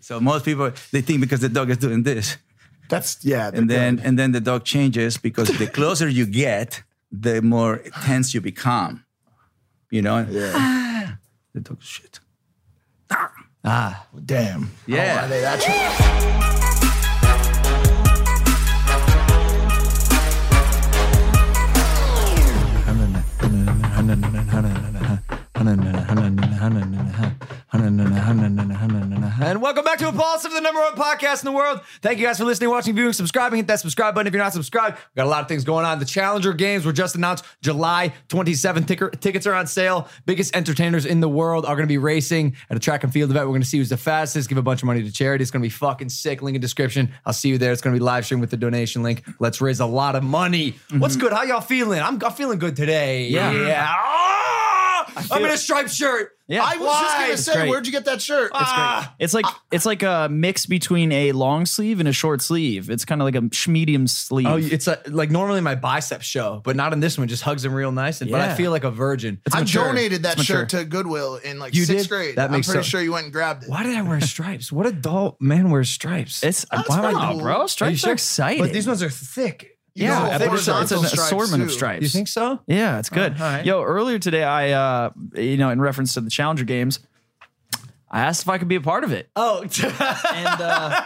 So most people they think because the dog is doing this, That's yeah. and they're then good. and then the dog changes because the closer you get, the more tense you become. You know, Ah. yeah. the dog shit. damn. Yeah. Oh, they- that's And welcome back to Impulse of the number one podcast in the world. Thank you guys for listening, watching, viewing, subscribing. Hit that subscribe button if you're not subscribed. We've got a lot of things going on. The Challenger Games were just announced July 27th. Ticker, tickets are on sale. Biggest entertainers in the world are going to be racing at a track and field event. We're going to see who's the fastest, give a bunch of money to charity. It's going to be fucking sick. Link in description. I'll see you there. It's going to be live stream with the donation link. Let's raise a lot of money. What's good? How y'all feeling? I'm, I'm feeling good today. Yeah. yeah. Ah! I'm in a striped shirt. Yeah. I I was just lied. gonna say, great. where'd you get that shirt? Ah! It's like it's like a mix between a long sleeve and a short sleeve. It's kind of like a sh- medium sleeve. Oh, it's a, like normally my biceps show, but not in this one. Just hugs him real nice, and but I Yeah. feel like a virgin. I mature. donated that It's mature. shirt to Goodwill in like You sixth did? grade. That I'm makes pretty sense. sure you went and grabbed it. Why did I wear stripes? What adult man wears stripes? It's That's why am pretty I cool. bro? Are you Stripes sure? are exciting. But these ones are thick. You yeah, know, I think so. it's an horizontal stripes, assortment of too. stripes. You think so? Oh, Yeah, it's good. all right. Yo, earlier today, I, uh, you know, in reference to the Challenger Games, I asked if I could be a part of it, Oh, and uh,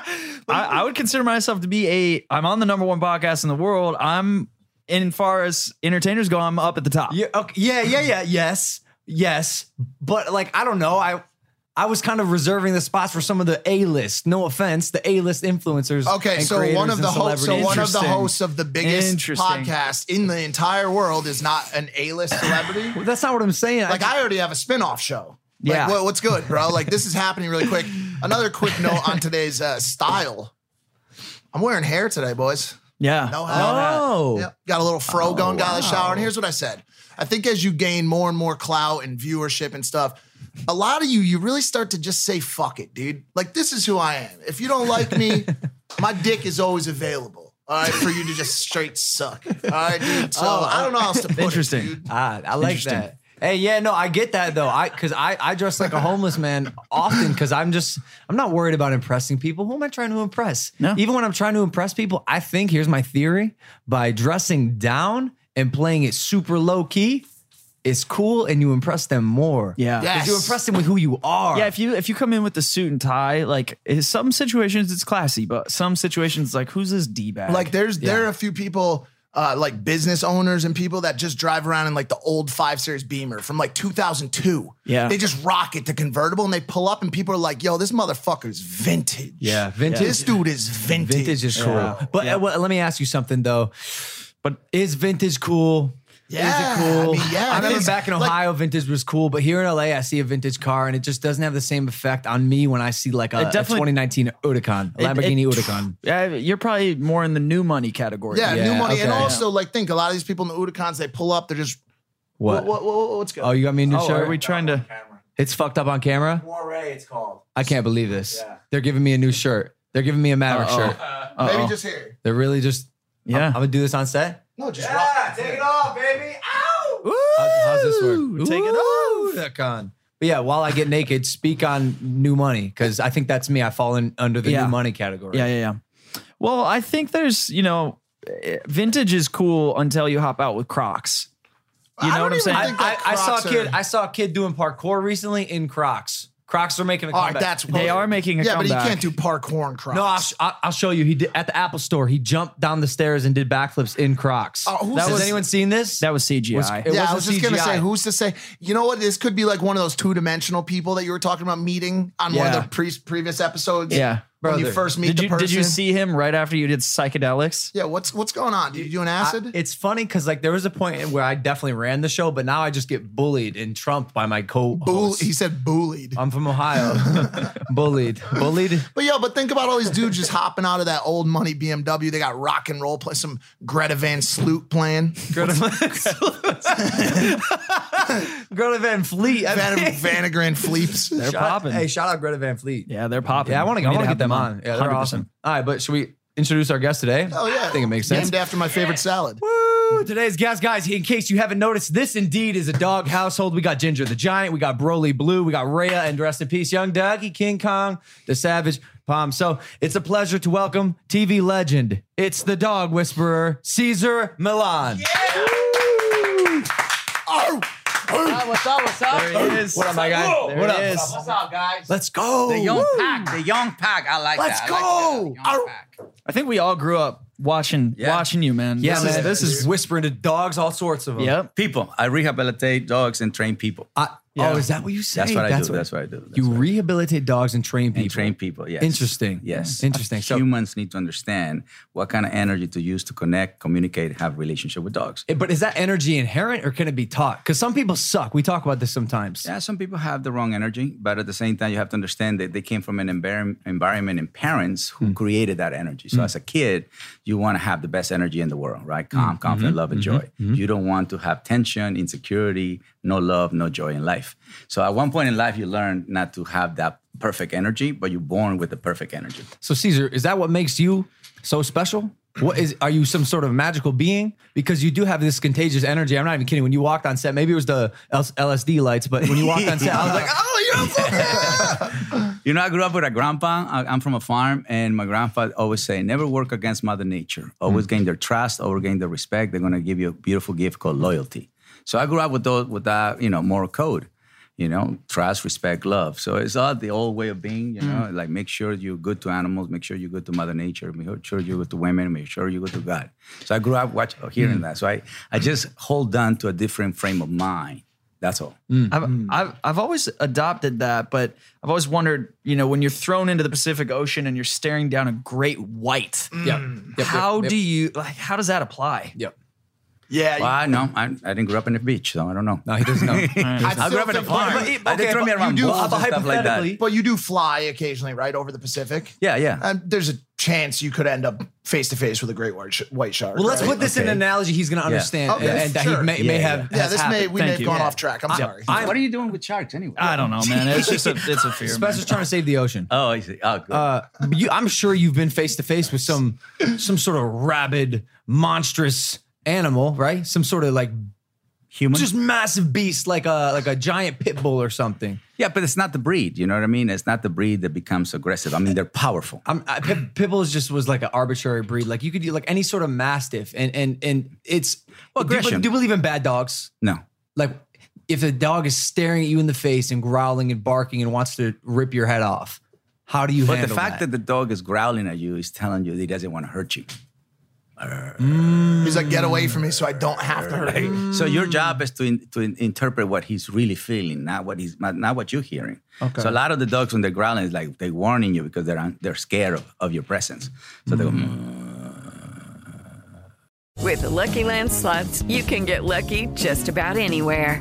I, I would consider myself to be a. I'm on the number one podcast in the world. I'm, in far as entertainers go, I'm up at the top. yeah, okay, yeah, yeah, yeah. Yes, yes. But like, I don't know. I I was kind of reserving the spots for some of the A list. No offense, the A list influencers. Okay, and so creators one of and the ho- so celebrities. one of the Interesting. hosts of the biggest Interesting. podcast in the entire world is not an A-list celebrity. Well, That's not what I'm saying. like I already have a spin-off show. Like, Yeah. what- what's good, bro? Like this is happening really quick. Another quick note on today's uh, style. I'm wearing hair today, boys. Yeah. No hat. oh, Yep. Got a little fro going, got out of the shower. And here's what I said. I think as you gain more and more clout and viewership and stuff, a lot of you, you really start to just say, fuck it, dude. Like, this is who I am. If you don't like me, my dick is always available. All right, for you to just straight suck. All right, dude. So I don't know how else to put Interesting. it. dude. Ah, I like Interesting. that. Hey, yeah, no, I get that though. I because I I dress like a homeless man often because I'm just I'm not worried about impressing people. Who am I trying to impress? No. Even when I'm trying to impress people, I think here's my theory: by dressing down and playing it super low key, it's cool, and you impress them more. Yeah. 'Cause Yes. you impress them with who you are. Yeah, if you if you come in with the suit and tie, like in some situations it's classy, but some situations like who's this d bag? Like there's there are a few people uh, like business owners and people that just drive around in like the old five series Beamer from like 2002. Yeah. they just rock it to convertible and they pull up and people are like, "Yo, this motherfucker's vintage." Yeah, vintage- This dude is vintage. vintage is cool. But uh, well, let me ask you something though. But is vintage cool? Yeah, Is it cool? I mean, yeah, I that remember is- back in like- Ohio, vintage was cool, but here in LA, I see a vintage car and it just doesn't have the same effect on me when I see like a, a definitely- 2019 Oticon, It- Lamborghini it- Oticon. Yeah, you're probably more in the new money category. Yeah, new Yeah, money. and okay. also, like, think a lot of these people in the Udacons, they pull up, they're just, What? what, what- what- what's good? Oh, you got me a new Oh, shirt? are we trying to? it's fucked up on camera? Moray, it's called. I can't believe this. They're giving me a new shirt. They're giving me a Maverick shirt. Maybe Uh-oh. just here. They're really just, Yeah. I'm going to do this on set. No, just Yeah, take it off, baby. Ow! How's, how's this Ooh, work? take it Ooh, Oticon. But yeah, while I get naked, speak on new money because I think that's me. I fall in under the Yeah. new money category. Yeah, yeah, yeah. Well, I think there's, you know, eh, vintage is cool until you hop out with Crocs. You know don't what I'm even saying? think I- I, that I saw a Crocs kid. are- I saw a kid doing parkour recently in Crocs. Crocs are making a All comeback. right, that's They are making a Yeah, but comeback. you can't do parkour and cross. no. I'll, sh- I'll I'll show you. He did at the Apple Store. He jumped down the stairs and did backflips in Crocs. Oh, who's That this- has anyone seen this? That was CGI. it yeah, I wasn't was just gonna CGI. say, who's to say? You know what? This could be like one of those two dimensional people that you were talking about meeting on one Yeah. of the pre- previous episodes. Yeah. when you Brother, first meet Did the you person. did you see him right after you did psychedelics? Yeah, what's what's going on? Did you do an acid? I- it's funny because like there was a point where I definitely ran the show, but now I just get bullied and trumped by my co. Bull- he said bullied. I'm from Ohio. bullied, bullied. But yo, but think about all these dudes just hopping out of that old money BMW. They got rock and roll, play some Greta Van Sloot playing. Greta Van Fleet. I Van, mean- Vanagran Fleeps. They're Shout- popping. Hey, shout out Greta Van Fleet. yeah, they're popping. Yeah, I want We to. I need want to have get them on. Yeah, they're 100%. awesome. All right, but should we introduce our guest today? Oh yeah, I think it makes sense. Named after my favorite salad. Woo! Today's guest, guys, in case you haven't noticed, this indeed is a dog household. We got Ginger the Giant, we got Broly Blue, we got Rhea, and rest in peace, Young Doggy, King Kong, the Savage Palm. So it's a pleasure to welcome TV legend. It's the dog whisperer, Caesar Milan. What's up? What's up? There he is. What up, my guy? There What he up? is. Let's go. The young Woo! pack. The young pack. I like Let's that. go. Oh, I like that. The young pack. I think we all grew up watching Yeah. watching you, man. Yeah, this man, Is, this is. whispering to dogs, all sorts of them. Yep. People. I rehabilitate dogs and train people. I- Yeah. Oh, is that what you say? That's what I do. That's what I do. That's you what I do. rehabilitate dogs and train people. And train people. Yes. Interesting. Yes. Interesting. So- humans need to understand what kind of energy to use to connect, communicate, have relationship with dogs. But is that energy inherent or can it be taught? Because some people suck. We talk about this sometimes. Yeah, some people have the wrong energy, but at the same time, you have to understand that they came from an envirom- environment and parents who created that energy. So, as a kid, you want to have the best energy in the world, right? Calm, confident, love, and joy. You don't want to have tension, insecurity, no love, no joy in life. So, at one point in life, you learn not to have that perfect energy, but you're born with the perfect energy. So Caesar, is that what makes you so special? What is are you some sort of magical being? Because you do have this contagious energy. I'm not even kidding. When you walked on set, maybe it was the L- LSD lights, but when you walked on set, I was like, oh, you're so You know, I grew up with a grandpa. I- I'm from a farm, and my grandpa always say, "Never work against Mother Nature. Mm. Always gain their trust. Always gain their respect. They're gonna give you a beautiful gift called loyalty." So I grew up with those, with that, you know, moral code. You know, trust, respect, love. So it's all the old way of being. You know, Mm. like make sure you're good to animals, make sure you're good to Mother Nature, make sure you're good to women, make sure you're good to God. So I grew up watch, uh, hearing Mm. that. So I, I just hold on to a different frame of mind. That's all. Mm. I've, I've I've always adopted that, but I've always wondered, you know, when you're thrown into the Pacific Ocean and you're staring down a great white, Yep. Yep, how yep, do you like? How does that apply? Yep. Yeah, Well, I know I, I didn't grow up in the beach, so I don't know. No, he doesn't know. I grew up in a farm. but- I okay, did throw me but around you do- balls and but stuff like that. hypothetically- but you do fly occasionally, right, over the Pacific. Yeah, yeah. And there's a chance you could end up face to face with a great white, sh- white shark. well, let's right? put this in an analogy he's going to understand Okay, and, and that sure. he may, may Yeah, have. Yeah, has this may happened. we may have gone off track. I'm sorry. I- what are you doing with sharks anyway? I don't know, man. It's just a it's a fear. man. Spencer's trying to save the ocean. Oh, I see. Oh, good. Uh, you, I'm sure you've been face to face with some some sort of rabid, monstrous animal, right? Some sort of like Human. just massive beast, like a like a giant pit bull or something. yeah, but it's not the breed. You know what I mean? It's not the breed that becomes aggressive. I mean, they're powerful. I'm, I, pit, pit bulls just was like an arbitrary breed. Like you could do like any sort of mastiff, and and and it's well, do, you, aggression. be- do you believe in bad dogs? No. Like if a dog is staring at you in the face and growling and barking and wants to rip your head off, how do you But the handle fact that. that? the dog is growling at you is telling you that he doesn't want to hurt you. He's like, get away from me, so I don't have to hurt you. So your job is to in, to in, interpret what he's really feeling, not what he's not, not what you're hearing. Okay. So a lot of the dogs when they're growling is like they're warning you because they're un- they're scared of, of your presence. So they go. "Mm." With the Lucky Land slots, you can get lucky just about anywhere.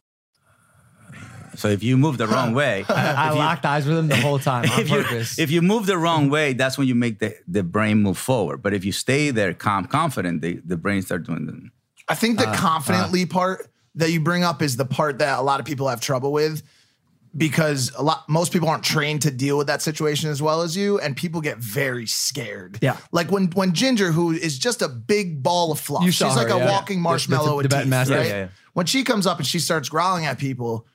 So if you move the wrong way, I locked eyes with him the whole time on if you, purpose. if you move the wrong way, that's when you make the, the brain move forward. But if you stay there calm, confident, the, the brain start doing the I think Uh, the confidently part that you bring up is the part that a lot of people have trouble with because a lot most people aren't trained to deal with that situation as well as you and people get very scared. Yeah. Like when when Ginger who is just a big ball of fluff. You She's saw her, like a yeah. walking Yeah. marshmallow The- the with Tibetan teeth, mastiff. right? Yeah, yeah, yeah. When she comes up and she starts growling at people,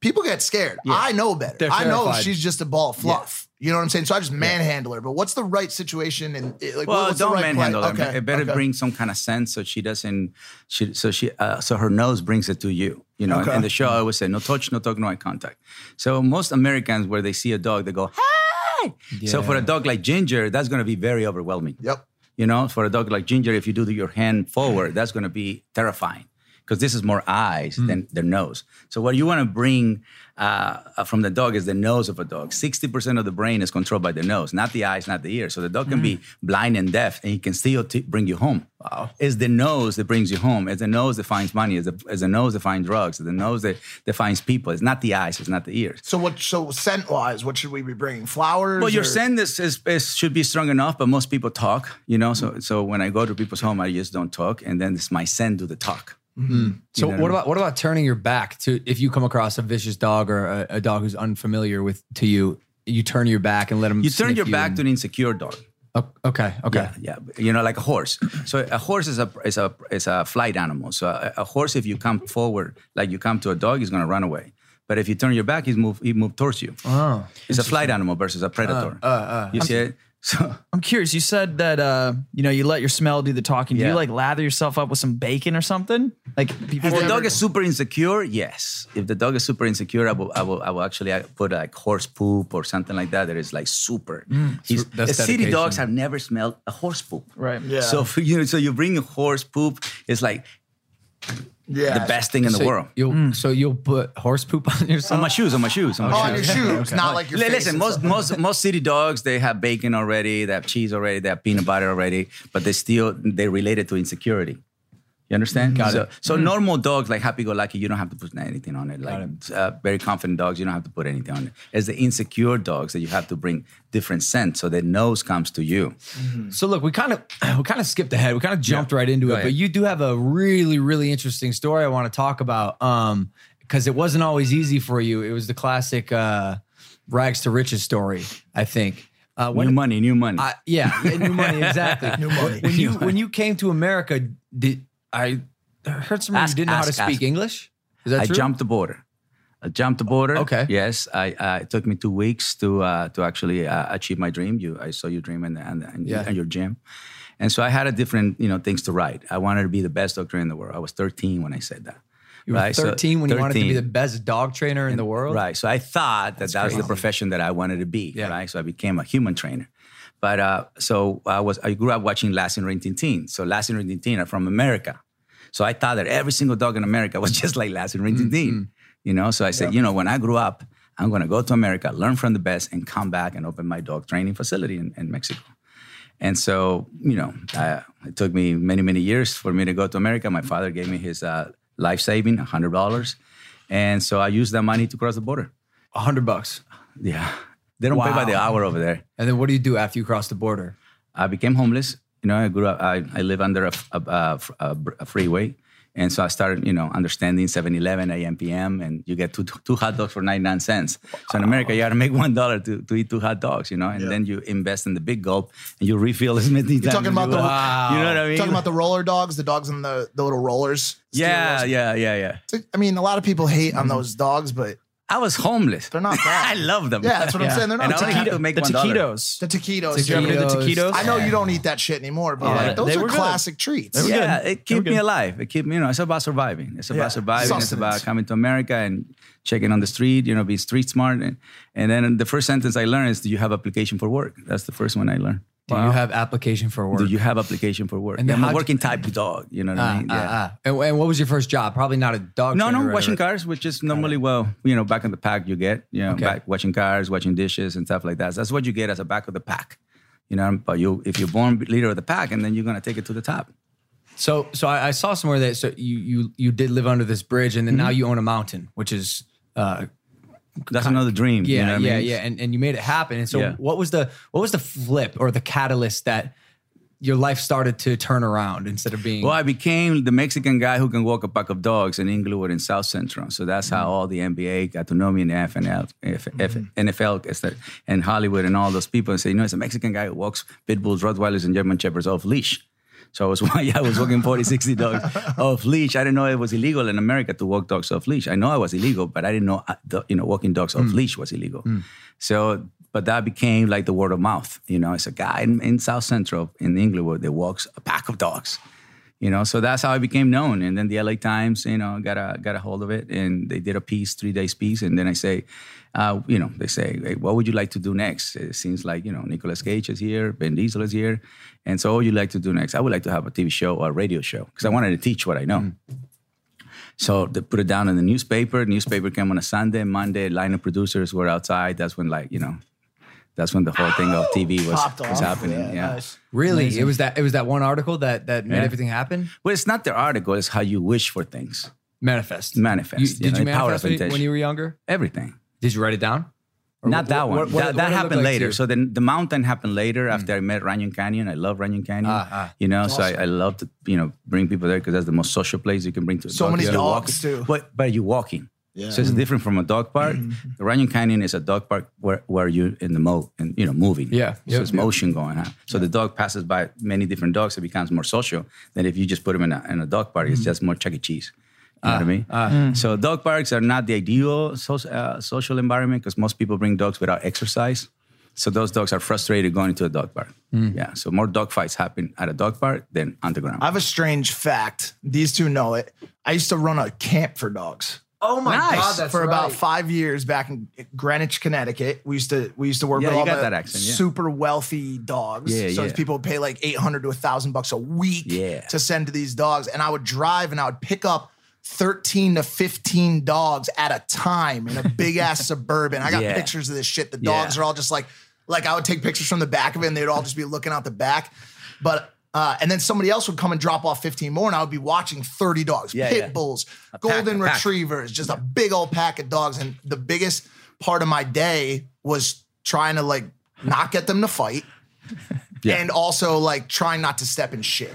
people get scared. I know better. They're I know terrified. she's just a ball of fluff. You know what I'm saying? So I just manhandle her. But what's the right situation and eh, like Well, what's don't the right manhandle play? her. man. It better okay. bring some kind of sense so she doesn't. She so she uh, so her nose brings it to you. You know, Okay. in the show I always say no touch, no talk, no eye contact. So most Americans, where they see a dog, they go hey. So for a dog like Ginger, that's going to be very overwhelming. Yep. You know, for a dog like Ginger, if you do the- your hand forward, that's going to be terrifying because this is more eyes than their nose. So what you want to bring uh, from the dog is the nose of a dog. Sixty percent of the brain is controlled by the nose, not the eyes, not the ears. So the dog can be blind and deaf, and he can still t- bring you home. Wow. It's the nose that brings you home. It's the nose that finds money. It's the, it's the nose that finds drugs. It's the nose that, that finds people. It's not the eyes. It's not the ears. So what? So scent wise, what should we be bringing? Flowers. Well, your or- scent is, is, is should be strong enough, but most people talk, you know. So so when I go to people's home, I just don't talk, and then it's my scent do the talk. So know what what I mean? about what about turning your back to if you come across a vicious dog or a, a dog who's unfamiliar with to you? You turn your back and let him. You turn your back to an insecure dog. to. Okay. Okay. Yeah, yeah. You know, like a horse. So a horse is a is a is a flight animal. So a, a horse, if you come forward like you come to a dog, he's gonna run away. But if you turn your back, he's move he move towards you. Oh, it's a flight animal versus a predator. Uh, uh, you see it? So I'm curious. You said that uh, you know you let your smell do the talking. Do Yeah. you like lather yourself up with some bacon or something? Like before If the dog is super insecure, yes. If the dog is super insecure, I will, I will, I will actually uh, put like horse poop or something like that. That is like super. He's- That's the city dedication. dogs have never smelled a horse poop. Right. Yeah. So for you, so you bring a horse poop. It's like yeah. the best thing in the So world. You'll so you'll put horse poop on On yourself. my shoes. On my shoes. On my Oh, shoes. on your shoes, not like your. Li- face Listen, and most stuff. most most city dogs they have bacon already, they have cheese already, they have peanut butter already, but they still they relate it to insecurity. You understand? so so normal dogs like happy-go-lucky, you don't have to put anything on it. Like Uh, very confident dogs, you don't have to put anything on it. It's the insecure dogs that you have to bring different scent so their nose comes to you. So look, we kind of we kind of skipped ahead. We kind of jumped right into it, ahead. but you do have a really really interesting story I want to talk about. Um, because it wasn't always easy for you. It was the classic uh, rags to riches story. I think. Uh, new money, new money. I, yeah, yeah, new money exactly. new money. When you when you came to America, did I heard someone Ask- who didn't know how to ask- speak ask. English? Is that I true? jumped the border. I jumped the border. Okay. Yes, I. Uh, it took me two weeks to uh, to actually uh, achieve my dream. You, I saw your dream and and, and, Yeah. and your gym, and so I had a different you know things to write. I wanted to be the best doctor in the world. I was 13 when I said that. You were right? So, 13 when you wanted to be 13. the best dog trainer in the world. Right. So I thought that that was the profession that I wanted to be. Yeah. Right. So I became a human trainer. But uh, so I was I grew up watching Lassie and Rin Tin Tin. So Lassie and Rin Tin Tin are from America. So I thought that every single dog in America was just like Lassie and Rin Tin Tin. Mm-hmm. You know. So I said, you know, when I grew up, I'm going to go to America, learn from the best, and come back and open my dog training facility in, in Mexico. And so, you know, I, it took me many, many years for me to go to America. My father gave me his uh, life saving, $100. And so I used that money to cross the border. 100 bucks. Yeah. They don't pay by the Wow. hour over there. And then what do you do after you cross the border? I became homeless. You know, I grew up, I, I live under a, f- a- a f- a br- a freeway. And so I started, you know, understanding 7 Eleven, 8 p.m., and you get two, two hot dogs for 99 cents. So in America, you got to make $1 to, to eat two hot dogs, you know, and then you invest in the big gulp and you refill as many times. talking as about you the- want. You know what I mean? talking about the roller dogs, the dogs on the the little rollers. steel Yeah, rollers. yeah, yeah, yeah. It's like- I mean, a lot of people hate on those dogs, but I was homeless. they're not I bad. love them. Yeah, that's what I'm saying. They're not And I only bad. had to make the one dollar. taquitos. the taquitos. Did you ever do the taquitos? Taquitos. I know you don't eat that shit anymore, but like, those they are were good. classic treats. were Yeah, good. it They were keeps me good. alive. It keep you know. It's about surviving. It's about Yeah. surviving. It's Sustenance. about coming to America and checking on the street. You know, being street smart. And and then the first sentence I learned is, "Do you have application for work?" That's the first one I learned. Do you have application for work? Do you have application for work? And then I'm how'd a you- working type of dog. You know what I Ah, mean? ah, ah. And, and what was your first job? Probably not a dog No, trainer. no, right? washing cars, which is normally well, you know, back in the pack you get, you know, Okay. back washing cars, washing dishes and stuff like that. that's what you get as a back of the pack. You know, but you if you're born leader of the pack, and then you're gonna take it to the top. So, so I, I saw somewhere that so you you you did live under this bridge, and then Mm-hmm. now you own a mountain, which is uh, That's another dream. yeah, you know what yeah, I mean? yeah, and and you made it happen. And so, Yeah. what was the what was the flip or the catalyst that your life started to turn around instead of being Well, I became the Mexican guy who can walk a pack of dogs in Inglewood and South Central. So that's how all the NBA got to know me in the FNL, F, F, NFL is that- and Hollywood and all those people and say, you know, it's a Mexican guy who walks pit bulls, Rottweilers, and German Shepherds off leash. So I was yeah, I was walking 40, 60 dogs off leash. I didn't know it was illegal in America to walk dogs off leash. I know I was illegal, but I didn't know uh, the, you know walking dogs off leash was illegal. So, but that became like the word of mouth. You know, it's a guy in, in South Central in Englewood that walks a pack of dogs. You know, so that's how I became known. And then the LA Times, you know, got a got a hold of it, and they did a piece, three days piece. And then I say, uh, you know, they say, hey, what would you like to do next? It seems like you know, Nicolas Cage is here, Ben Diesel is here, and so what would you like to do next? I would like to have a TV show or a radio show because I wanted to teach what I know. So they put it down in the newspaper. Newspaper came on a Sunday, Monday. Line of producers were outside. That's when, like, you know, that's when the whole thing of TV was, Popped was off. happening. Yeah, yeah. nice. Really, it was that it was that one article that that made Yeah. everything happen. Well, it's not the article; it's how you wish for things. Manifest. Manifest. You- you did know, you the power of manifest when you, intention. when you were younger? Everything. Did you write it down? Not that one. what- what- that what that it look happened like to later. you? Hmm. So then the mountain happened later after I met Runyon Canyon. I love Runyon Canyon. Ah, you know, so I, I love to you know bring people there because that's the most social place you can bring to. So many You're dogs, walking- too. But but you're walking. So it's Hmm. different from a dog park. The Runyon Canyon is a dog park where, where you're in the mo and you know moving. Yeah. So Yep. it's motion going on. So the dog passes by many different dogs. It becomes more social than if you just put them in a, in a dog park. It's just more Chuck E. Cheese. You know what I mean? So dog parks are not the ideal soc- uh, social environment because most people bring dogs without exercise. So those dogs are frustrated going into a dog park. Yeah. So more dog fights happen at a dog park than underground. I have a strange fact. These two know it. I used to run a camp for dogs. Oh my Us for about five years back in Greenwich, Connecticut. We used to we used to work Yeah, with you all got the that accent, yeah. super wealthy dogs. Yeah, so yeah. these people would pay like eight hundred to thousand bucks a week Yeah. to send to these dogs, and I would drive and I would pick up. 13 to 15 dogs at a time in a big ass suburban. I got Yeah. pictures of this shit. The dogs Yeah. are all just like, like I would take pictures from the back of it and they'd all just be looking out the back. But, uh, and then somebody else would come and drop off 15 more and I would be watching 30 dogs, Yeah, pit yeah. bulls, pack, golden a pack. retrievers, just a big old pack of dogs. And the biggest part of my day was trying to like not get them to fight. And also like trying not to step in shit.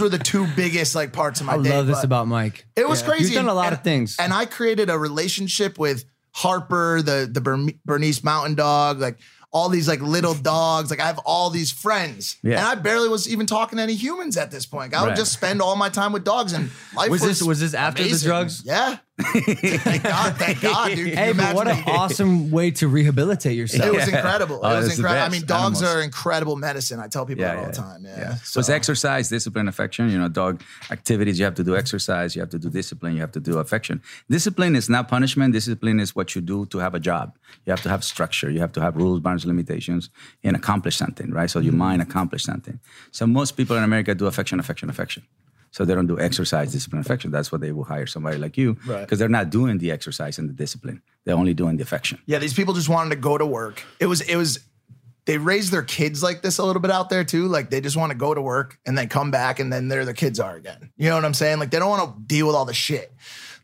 were the two biggest like parts of my I day. love this but- about Mike. It was crazy. You've done a lot of things. and I created a relationship with Harper, the the Burm- Bernese Mountain Dog, like all these like little dogs. Like I have all these friends, Yeah. and I barely was even talking to any humans at this point. Like, I would Right. just spend all my time with dogs, and life Was was, this- was this after the amazing. drugs? Yeah. thank God, thank God, dude. Can you hey, but imagine what an that? awesome way to rehabilitate yourself. It was incredible. Oh, it was that's the incredible. I best. mean, dogs Animals. are incredible medicine. I tell people that all the time. Yeah. So it's exercise, discipline, affection. You know, dog activities. You have to do exercise. You have to do discipline. You have to do affection. Discipline is not punishment. Discipline is what you do to have a job. You have to have structure. You have to have rules, boundaries, limitations, and accomplish something, right? So your Mm-hmm. mind accomplish something. So most people in America do affection, affection, affection. So they don't do exercise, discipline, affection. That's why they will hire somebody like you because they're not doing the exercise and the discipline. They're only doing the affection. Yeah, these people just wanted to go to work. It was it was they raise their kids like this a little bit out there too. Like they just want to go to work and then come back and then there their kids are again. You know what I'm saying? Like they don't want to deal with all the shit.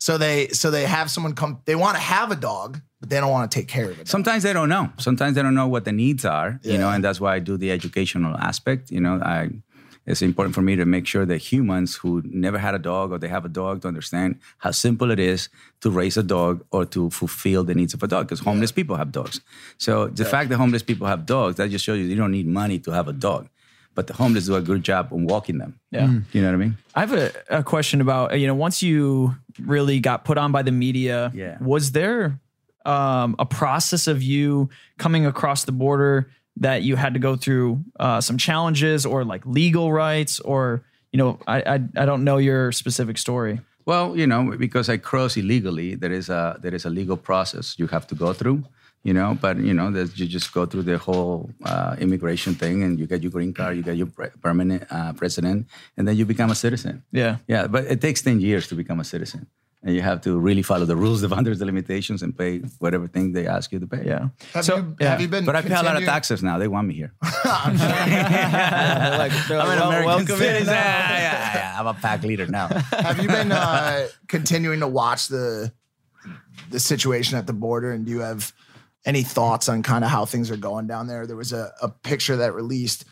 So they so they have someone come they want to have a dog, but they don't want to take care of it. sometimes they don't know. Sometimes they don't know what the needs are, you know, Yeah. and that's why I do the educational aspect. You know, I it's important for me to make sure that humans who never had a dog or they have a dog to understand how simple it is to raise a dog or to fulfill the needs of a dog because homeless people have dogs. So the fact that homeless people have dogs, that just shows you you don't need money to have a dog. But the homeless do a good job on walking them. Yeah. You know what I mean? I have a, a question about you know once you really got put on by the media, Yeah. was there um, a process of you coming across the border that you had to go through uh, some challenges or like legal rights or you know I I, I don't know your specific story. Well, you know, because I cross illegally, there is a there is a legal process you have to go through. You know, but you know, there's, you just go through the whole uh, immigration thing, and you get your green card, you get your pre- permanent uh, president, and then you become a citizen. Yeah. yeah, but it takes ten years to become a citizen. and you have to really follow the rules, the vendors, the limitations, and pay whatever thing they ask you to pay. Yeah. Have so you yeah. have you been? But I pay a lot of continue- taxes now. They want me here. They're like, they're like, I'm an "Well, American welcome in citizen. now." Yeah, yeah, yeah. I'm a pack leader now. Have you been uh, continuing to watch the the situation at the border? And do you have any thoughts on kind of how things are going down there? There was a, a picture that released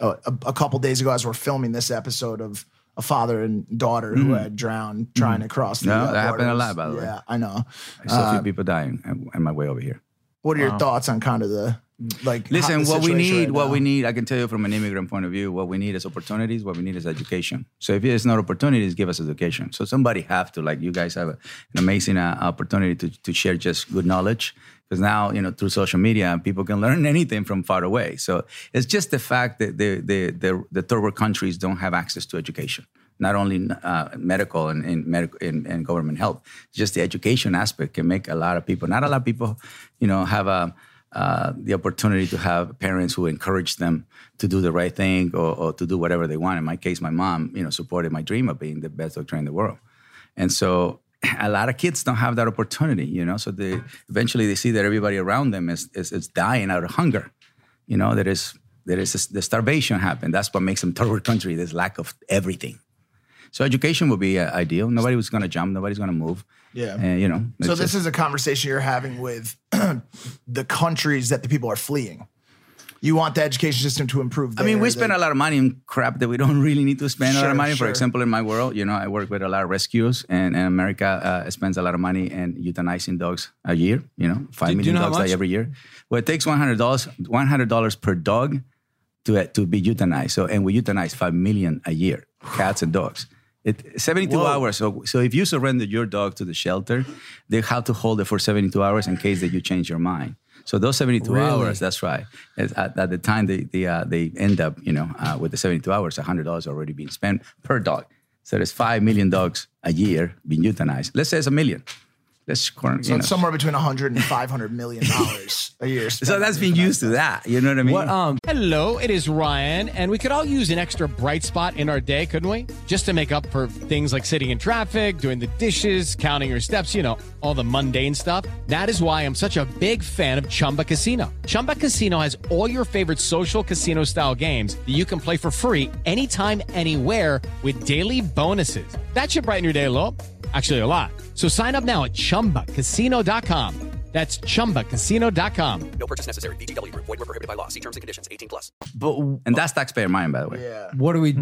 a, a, a couple days ago as we're filming this episode of a father and daughter who had drowned trying to cross the Mm. No, uh, that happened a borders. lot, by the way. Yeah, I know. I saw a few people dying on- on my way over here. What are your thoughts on kind of the like? how- Listen, the what we situation need, right what now? we need, I can tell you from an immigrant point of view, what we need is opportunities. What we need is education. So if it's not opportunities, give us education. So somebody have to like you guys have a- an amazing uh, opportunity to to share just good knowledge because now you know through social media people can learn anything from far away. So it's just the fact that the the the, the third world countries don't have access to education. Not only uh, medical and, and medical and, and government help, just the education aspect can make a lot of people. Not a lot of people, you know, have a uh, the opportunity to have parents who encourage them to do the right thing or, or to do whatever they want. In my case, my mom, you know, supported my dream of being the best doctor in the world, and so a lot of kids don't have that opportunity, you know. So they eventually they see that everybody around them is is, is dying out of hunger, you know. There is there is the starvation happen. That's what makes them third world country. This lack of everything. Mm-hmm. So education would be uh, ideal. Nobody was going to jump. Nobody's going to move. Yeah. and you know. So it's this just- is a conversation you're having with the countries that the people are fleeing. You want the education system to improve. I mean, there, we that- spend a lot of money on crap that we don't really need to spend a lot Sure, of money. sure. For example, in my world, you know, I work with a lot of rescues, and, and America uh, spends a lot of money in euthanizing dogs a year. You know, five you million know how dogs much? die every year. Well, it takes one hundred dollars, one hundred dollars per dog to to be euthanized. So, and we euthanize five million a year, cats and dogs. It, 72 hours. So, so if you surrender your dog to the shelter, they have to hold it for 72 hours in case that you change your mind. So those 72 hours, that's right. It's At, at the time they they, uh, they end up, you know, uh, with the 72 hours, $100 already being spent per dog. So there's 5 million dogs a year being euthanized. Let's say it's a million. Let's corner, So it's somewhere between 100 and 500 million dollars a year. so spent that's on been used to that. You know what I mean? What uh, um Hello, it is Ryan, and we could all use an extra bright spot in our day, couldn't we? Just to make up for things like sitting in traffic, doing the dishes, counting your steps, you know, all the mundane stuff. That is why I'm such a big fan of Chumba Casino. Chumba Casino has all your favorite social casino style games that you can play for free anytime, anywhere with daily bonuses. That should brighten your day, a little. Actually, a lot. So sign up now at chumbacasino.com. That's chumbacasino.com. But, and that's taxpayer money, by the way. Yeah. what do we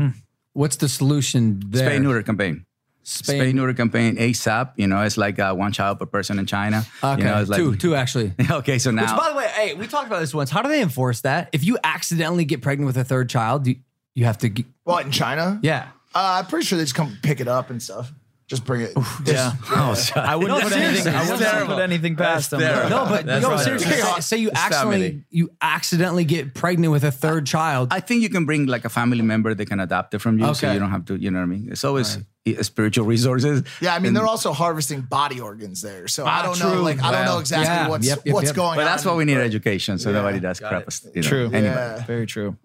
what's the solution there? Hmm. Spay neuter campaign. Spain. Spay neuter campaign ASAP. You know, it's like uh, one child per person in China. Okay. You know, it's like two, two actually. Okay, so Which, now by the way, hey, we talked about this once. How do they enforce that? If you accidentally get pregnant with a third child, you, you have to. Get, What in China? yeah. Uh, I'm pretty sure they just come pick it up and stuff. Just bring it. Yeah. Oh, I wouldn't No, put anything. seriously, I it's wouldn't terrible. put anything That's past them. terrible. No, Oh, but Uh, That's yo, right. seriously, say, say you It's accidentally family. you accidentally get pregnant with a third child. I think you can bring like a family member that can adopt it from you, so Okay. you don't have to. You know what I mean? It's always i- uh, spiritual resources. Yeah, I mean they're also harvesting body organs there, so I Ah, don't know. true. Like I don't know Well, exactly yeah. what's Yep, yep, what's yep. going But on. that's why we need education, so nobody does crap. You know, True. Anyway. Yeah. Very true.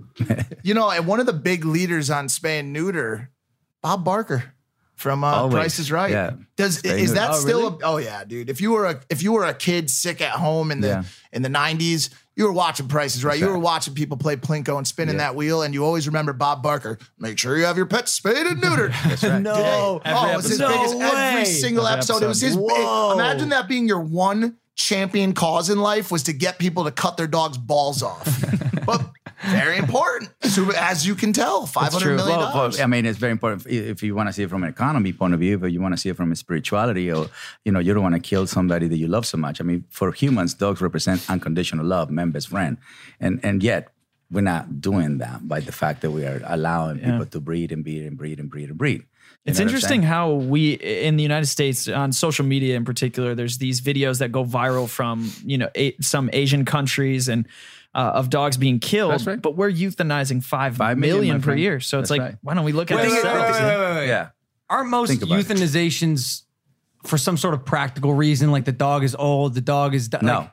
You know, and one of the big leaders on spay and neuter, Bob Barker from uh, Always. Price is Right. Yeah. Does Spay and is neuter. that Oh, still? really? A, oh yeah, dude. If you were a if you were a kid sick at home in the Yeah. in the nineties, you were watching Prices Right. You were watching people play plinko and spinning that wheel, and you always remember Bob Barker. Make sure you have your pets spayed and neutered. no, oh, it was his episode. biggest No way. every single Every episode. It was his. episode. Big, imagine that being your one champion cause in life was to get people to cut their dog's balls off. but very important, so, as you can tell, five hundred million Well, dollars. well, I mean, it's very important if- if you want to see it from an economy point of view, but you want to see it from a spirituality, or you know, you don't want to kill somebody that you love so much. I mean, for humans, dogs represent unconditional love, man, best friend, and and yet we're not doing that by the fact that we are allowing people to breed and breed and breed and breed and breed. You It's know what I'm interesting saying? how we in the United States on social media in particular, there's these videos that go viral from you know a, some Asian countries and uh, of dogs being killed, right. but we're euthanizing five Five million, million, my per friend. year. So it's That's like, right. why don't we look at Wait, wait, this? wait, wait, wait, wait, wait. Yeah. Aren't most Think about it. euthanizations for some sort of practical reason, like the dog is old, the dog is di- No. like-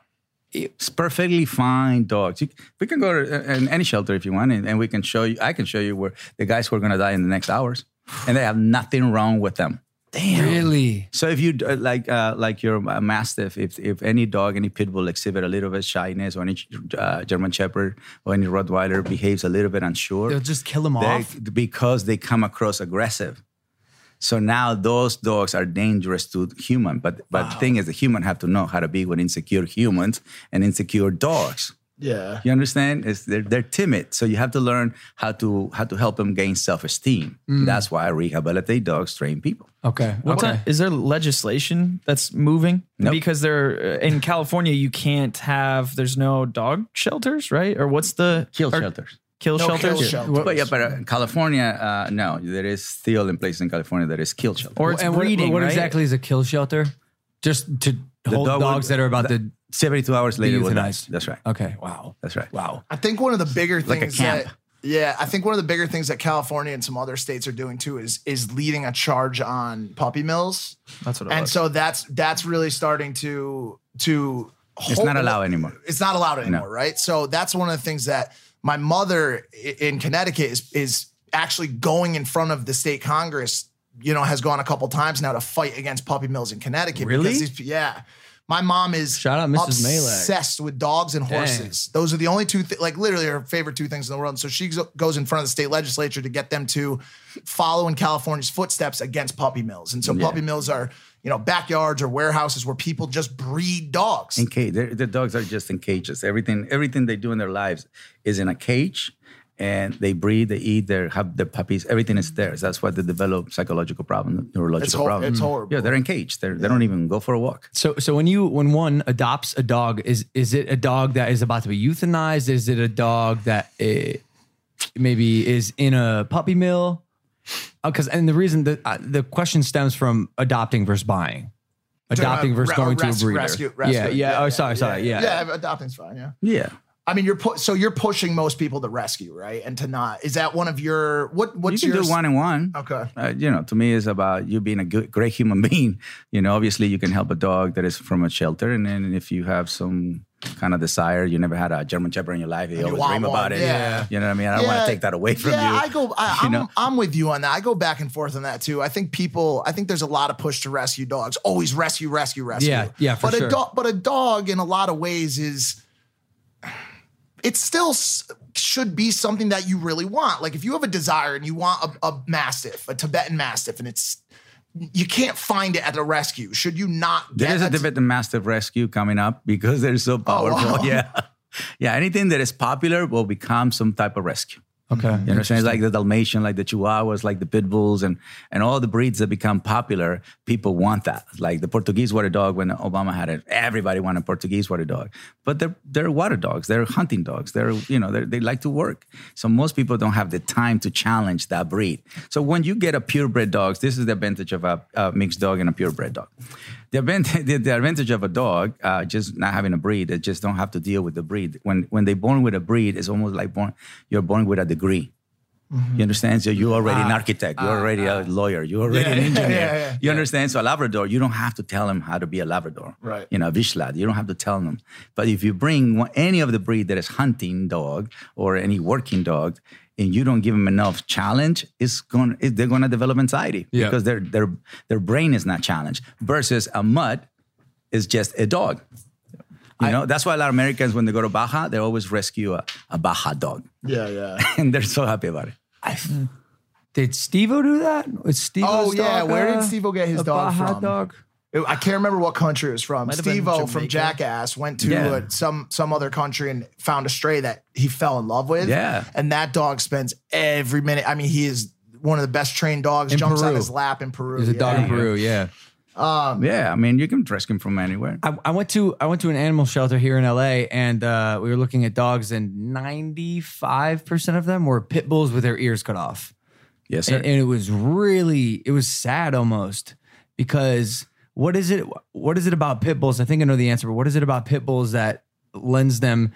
it's perfectly fine dogs. You, we can go to uh, an- any shelter if you want, and, and we can show you. I can show you where the guys who are going to die in the next hours, and they have nothing wrong with them. Damn. Really? So if you d- like uh, like your uh, mastiff, if if any dog, any pit bull exhibit a little bit shyness, or any uh, German Shepherd or any Rottweiler behaves a little bit unsure, They'll just kill them they- off. because they come across aggressive. So now those dogs are dangerous to human. But but the thing is, the human have to know how to be with insecure humans and insecure dogs. Yeah. You understand? It's they're, they're timid, so you have to learn how to how to help them gain self esteem. Mm. That's why I rehabilitate dogs, train people. Okay. What's okay. that? Is there legislation that's moving? Nope. Because there uh, in California, you can't have. There's no dog shelters, right? Or what's the Kill or- shelters. Kill No kill shelters. shelters. But yeah, but uh, California, uh, no, there is still in place in California that is kill shelter. Or it's and what- breeding, what, right? exactly is a kill shelter? Just to hold dog would- dogs that are about to. 72 hours later, will die. euthanized. That's right. Okay. Wow. That's right. Wow. I think one of the bigger Like a things camp. that yeah, I think one of the bigger things that California and some other states are doing too is is leading a charge on puppy mills. That's what it And was. so that's that's really starting to to It's not allowed anymore. it's not allowed anymore, right? So that's one of the things that my mother i- in Connecticut is is actually going in front of the state congress. You know, has gone a couple times now to fight against puppy mills in Connecticut. Really? Because these- yeah. My mom is Shout out Mrs. Malak. obsessed with dogs and horses. Those are the only two, th- like literally, her favorite two things in the world. And so she go- goes in front of the state legislature to get them to follow in California's footsteps against puppy mills. And so puppy mills are, you know, backyards or warehouses where people just breed dogs. In cage, the dogs are just in cages. Everything, everything they do in their lives is in a cage, and they breathe, they eat, they have their puppies. Everything is theirs. That's why they develop psychological problem, neurological It's hor- problem. it's horrible. Yeah, they're in cage. They're, They don't even go for a walk. So so when you when one adopts a dog, is is it a dog that is about to be euthanized? Is it a dog that eh, maybe is in a puppy mill? Because and the reason that uh, the question stems from adopting versus buying, adopting about versus re- going to a rescue- breeder. rescue- rescue. Yeah, yeah. Yeah, Oh, yeah, sorry, sorry. Yeah. yeah, adopting's fine. Yeah. Yeah. I mean, you're pu- so you're pushing most people to rescue, right? And to not is that one of your what? What's you can your do one and one. Okay. Uh, you know, to me, it's about you being a good, great human being. You know, obviously, you can help a dog that is from a shelter, and then if you have some kind of desire, you never had a German Shepherd in your life, you, you always want dream one, about it. yeah. You know what I mean? I don't want Yeah. to take that away from yeah, you. I go. I, you I'm, know? I'm with you on that. I go back and forth on that too. I think people. I think there's a lot of push to rescue dogs. Always rescue, rescue, rescue. Yeah, yeah, for but sure. a dog, but a dog in a lot of ways is. It still s- should be something that you really want. Like if you have a desire and you want a, a mastiff, a Tibetan mastiff, and it's you can't find it at the rescue. Should you not? There get is a t- Tibetan Mastiff rescue coming up because they're Oh, so powerful. Yeah. Yeah, anything that is popular will become some type of rescue. Okay. You understand? Like the Dalmatian, like the Chihuahuas, like the Pit Bulls, and, and all the breeds that become popular, people want that. Like the Portuguese water dog, when Obama had it, everybody wanted Portuguese water dog. But they're, they're water dogs, they're hunting dogs, they're, you know, they're, they like to work. So most people don't have the time to challenge that breed. So when you get a purebred dog, this is the advantage of a, a mixed dog and a purebred dog. The advantage, the, the advantage of a dog, uh, just not having a breed, they just don't have to deal with the breed. When when they're born with a breed, it's almost like born you're born with a degree. You understand? So you're already an architect. You're already a lawyer. You're already an engineer. you understand? So a Labrador, you don't have to tell him how to be a Labrador. Right. You know, a Vizsla, you don't have to tell them. But if you bring one, any of the breed that is hunting dog or any working dog, and you don't give them enough challenge, it's going it, they're gonna develop anxiety Yeah. because their their their brain is not challenged. Versus a mutt is just a dog. You know, that's why a lot of Americans when they go to Baja, they always rescue a, a Baja dog, yeah, yeah. and they're so happy about it. Did Stevo do that? Is Steve? Oh, yeah. Where did Steve-O get his dog from? Dog? It- I can't remember what country it was from. have been Steve O Jamaica. from Jackass went to Yeah. uh, some some other country and found a stray that he fell in love with. Yeah. And that dog spends every minute. I mean, he is one of the best trained dogs, In jumps on Peru. his lap in Peru. There's a yeah. dog in Peru. Yeah. Yeah, I mean, you can rescue him from anywhere. I, I went to I went to an animal shelter here in LA, and uh, we were looking at dogs, and ninety five percent of them were pit bulls with their ears cut off, Yes, sir. and, and it was really it was sad almost because what is it what is it about pit bulls? I think I know the answer, but what is it about pit bulls that lends them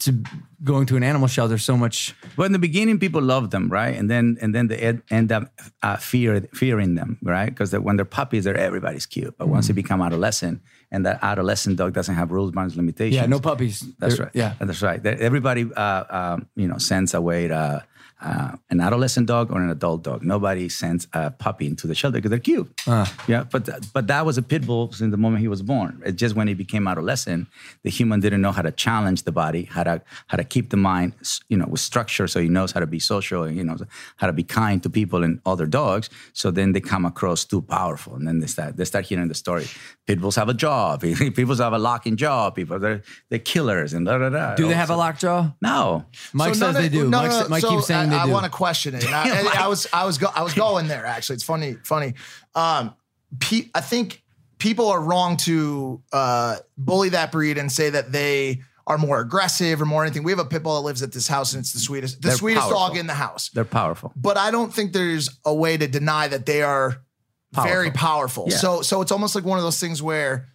to going to an animal shelter so much? Well, in the beginning, people love them, right? And then and then they ed- end up uh, fear fearing them, right? Because when they're puppies, they're everybody's cute. But once they Mm-hmm. become adolescent, and that adolescent dog doesn't have rules, bounds, limitations. Yeah, no puppies. That's They're- right. Yeah, that's right. That Everybody, uh, um, you know, sends away the uh, an adolescent dog or an adult dog. Nobody sends a puppy into the shelter because they're cute. Yeah, but th- but that was a pit bull since the moment he was born. It's just when he became adolescent, the human didn't know how to challenge the body, how to how to keep the mind, s- you know, with structure, so he knows how to be social and you know how to be kind to people and other dogs. So then they come across too powerful, and then they start they start hearing the story. Pit bulls have a job. People have a locking jaw. People they're they're killers and da da da. Do they have a lockjaw? No. Mike So none says they of- do. no, Mike, no, sa- Mike so keeps saying I, they I do. want to question it. And I, and I was, I was, go, I was going there. Actually, it's funny, funny. Um, pe- I think people are wrong to uh, bully that breed and say that they are more aggressive or more anything. We have a pit bull that lives at this house, and it's the sweetest, the They're sweetest dog powerful. in the house. They're powerful. but I don't think there's a way to deny that they are very powerful. Yeah. So so it's almost like one of those things where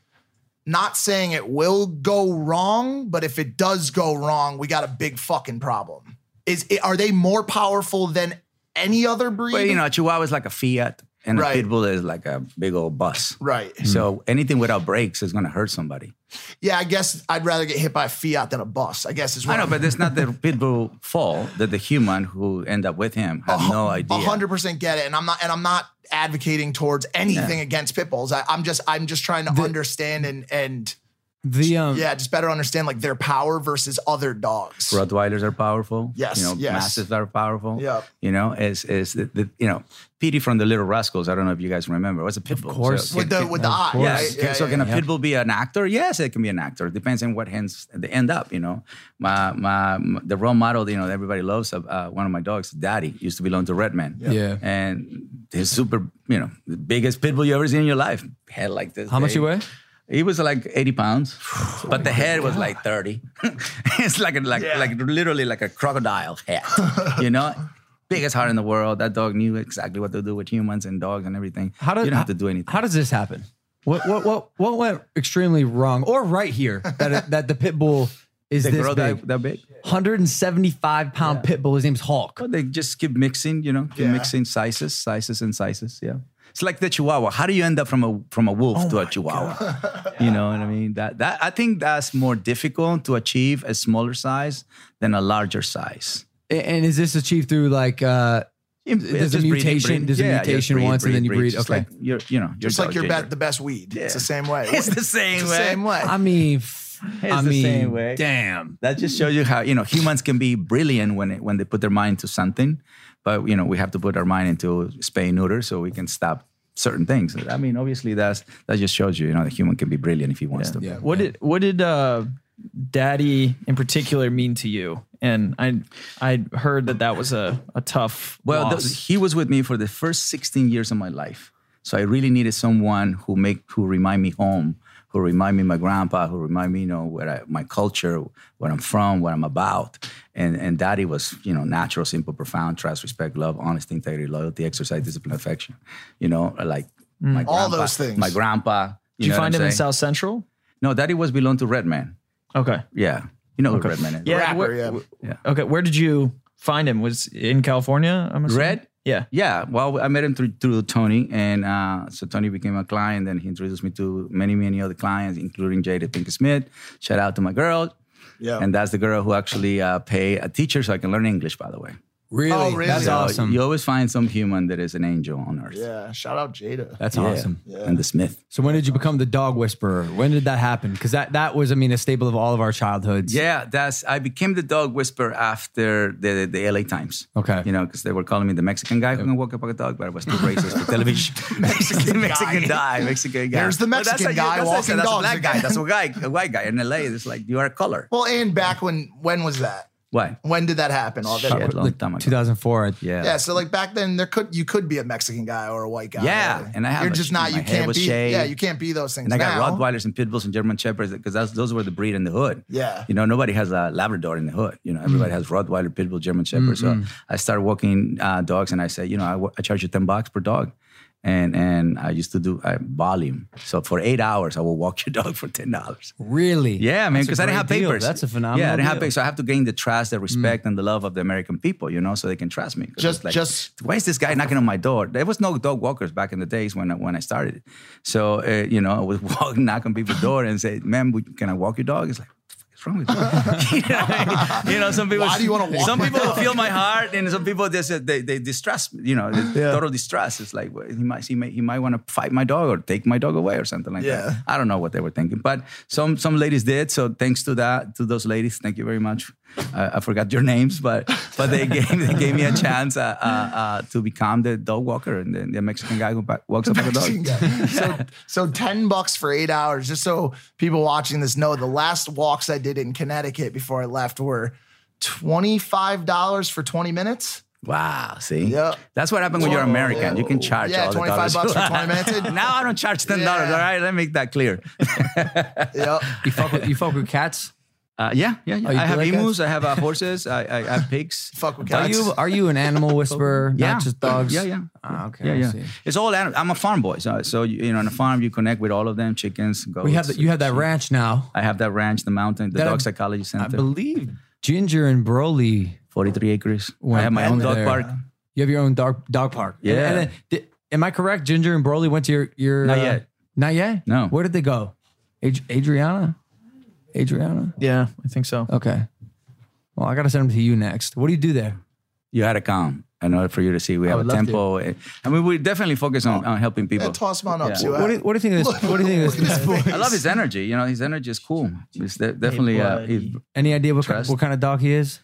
not saying it will go wrong, but if it does go wrong, we got a big fucking problem. Is it, are they more powerful than any other breed? Well, you know, a Chihuahua is like a Fiat, and Right. Hmm. a pit bull is like a big old bus. right. So anything without brakes is going to hurt somebody. Yeah, I guess I'd rather get hit by a Fiat than a bus. I guess is what I know, I'm- but it's not the pitbull fault that the human who end up with him have no idea. A hundred percent get it, and I'm not, and I'm not advocating towards anything against pit bulls. I, I'm just, I'm just trying to understand and and the um, yeah, just better understand like their power versus other dogs. Rottweilers are powerful. Yes, you know, yes. Mastiffs are powerful. Yep. you know, is is the, the you know Petey from the Little Rascals. I don't know if you guys remember. Was a pitbull. Of course. with the with the eye. Yeah, right? can- so can a pit bull be an actor? Yes, it can be an actor. It depends on what hands they end up. You know, my my, my- the role model. You know, everybody loves. Uh, uh, one of my dogs, Daddy, used to belong to Redman. Yeah. and he's super. You know, the biggest pit bull you ever seen in your life. Head like this. how much you big. weigh? Oh He was like 80 pounds, but the head was like 30. it's like a, like like literally like a crocodile head, you know. Biggest heart in the world. That dog knew exactly what to do with humans and dogs and everything. How do you don't have to do anything? How does this happen? What what what what went extremely wrong or right here that it- that the pit bull is they this grow big? that, that big? 175 pound pit bull. His name's Hulk. Well, they just keep mixing, you know, keep mixing sizes, sizes, and sizes. Yeah, it's like the Chihuahua. How do you end up from a from a wolf Oh to a Chihuahua? You know what I mean? That that I think that's more difficult to achieve a smaller size than a larger size. A- And is this achieved through like uh It's There's a just breeding, mutation- breeding. there's a Yeah, just mutation once and then you breed, Just okay. like your- you know, Just like dog your gender. bet, the best weed. It's the Yeah. same way. It's the same It's way. the same way. I mean f- It's I the mean same way. damn. That just shows you how you know humans can be brilliant when it, when they put their mind to something, but you know we have to put our mind into spay neuter so we can stop certain things. I mean, obviously that's that just shows you you know the human can be brilliant if he wants to. Yeah. What did what did uh, Daddy in particular mean to you? And I I heard that that was a a tough Well, th- loss. he was with me for the first 16 years of my life, so I really needed someone who make who remind me home, who remind me my grandpa, who remind me you know where I, my culture, where I'm from, what I'm about, and and Daddy was you know natural, simple, profound, trust, respect, love, honesty, integrity, loyalty, exercise, discipline, affection, you know like my All grandpa- those things. My grandpa. Mm. did know you what find I'm him in saying? South Central? No, Daddy was belong to Redman. Okay. Yeah, you know who Redman is. Yeah. Rapper, where- yeah. Okay. Where did you find him? Was in California? I'm assuming? Red? Yeah. Yeah, well, I met him through, through Tony, and uh, so Tony became a client. Then he introduced me to many, many other clients, including Jada Pinker Smith. Shout out to my girl, yeah. and that's the girl who actually uh, pay a teacher so I can learn English. By the way, Really? Oh, really? That's So awesome. You always find some human that is an angel on earth. yeah. Shout out Jada. That's Yeah. awesome. And the Smith. So when did you become the dog whisperer? When did that happen? Because that that was, I mean, a staple of all of our childhoods. Yeah, that's. I became the dog whisperer after the the LA Times. Okay. You know, because they were calling me the Mexican guy who can walk up like a dog, but I was too racist for television. Mexican, Mexican guy, Mexican guy. There's the But that's Mexican a- guy that's what I said, walking that's dogs A black guy. again. That's a guy, a white guy in LA. It's like you are a color. Well, and back when when was that? Why? When did that happen? All that. Shit, long time ago. 2004. I- Yeah. Yeah, so like back then, there could you could be a Mexican guy or a white guy. Yeah, really. and I have you're a- just not. my You hair can't was be. shaved. Yeah, you can't be those things. And I got now. Rottweilers and Pit Bulls and German Shepherds because those were the breed in the hood. Yeah. Mm. You know, nobody has a Labrador in the hood. You know, everybody has Rottweiler, Pit Bull, German Shepherd. So I started walking uh, dogs and I said, you know, I, wa- I charge you 10 bucks per dog. And and I used to do uh, volume. So for eight hours, I will walk your dog for $10. Really? Yeah, man, That's a because I didn't great have deal. papers. That's a phenomenal. Yeah, I didn't have deal. papers. So I have to gain the trust, the respect, and the love of the American people, you know, so they can trust me. 'Cause it's Just- just- why is this guy knocking on my door? There was no dog walkers back in the days when I, when I started. eh, So uh, you know, I would walk, knock on people's door, and say, "Ma'am, would- can I walk your dog?" It's like. "What the fuck is What's wrong with you? you, know, what I mean? You know, some people. Why do you wanna walk Some my people feel my heart, and some people just uh, they they distrust. me, You know, they- total distrust. It's like well, he might he may he might want to fight my dog or take my dog away or something like Yeah. that. I don't know what they were thinking, but some some ladies did. So thanks to that to those ladies, thank you very much. Uh, I forgot your names, but but they gave they gave me a chance uh, uh, uh, to become the dog walker and then the Mexican guy who ba- walks up like a dog. so, so 10 bucks for eight hours, just so people watching this know, the last walks I did in Connecticut before I left were $25 for 20 minutes. Wow, see? Yep. That's what happened when you're Whoa. American. You can charge Yeah, all the 25 dollars. bucks for 20 minutes. now I don't charge $10, Yeah. all right? Let me make that clear. Yep. You fuck with, you fuck with cats? Uh, yeah, yeah, yeah. you I do have like emus, I have uh, horses, I, I, I have pigs. Fuck with Are cats. you are you an animal whisperer? yeah. Not just dogs. Yeah, yeah. Ah, okay. Yeah, I yeah. see. It's all animal. I'm a farm boy. So, so you, you know, on a farm, you connect with all of them chickens, goats. We have the, you have that sheep. ranch now. I have that ranch, the mountain, the That I- dog psychology center. I believe Ginger and Broly. 43 acres. I went have my down own dog there. park. You have your own dog dog park. And- Yeah. And, then, di- am I correct? Ginger and Broly went to your your. uh, Not yet. Not yet. No. Where did they go? Ad- Adriana. Adriana. Yeah, I think so. Okay. Well, I gotta send them to you next. What do you do there? You had to come in order for you to see. We have a would love to. tempo. I mean, we definitely focus on, on helping people. Yeah, toss them on up. Yeah. See what, What do you, what do you think of this? What do you think of this? happens. I love his energy. You know, his energy is cool. It's de- definitely. Uh, he's, Any idea what, Trust. what kind of dog he is?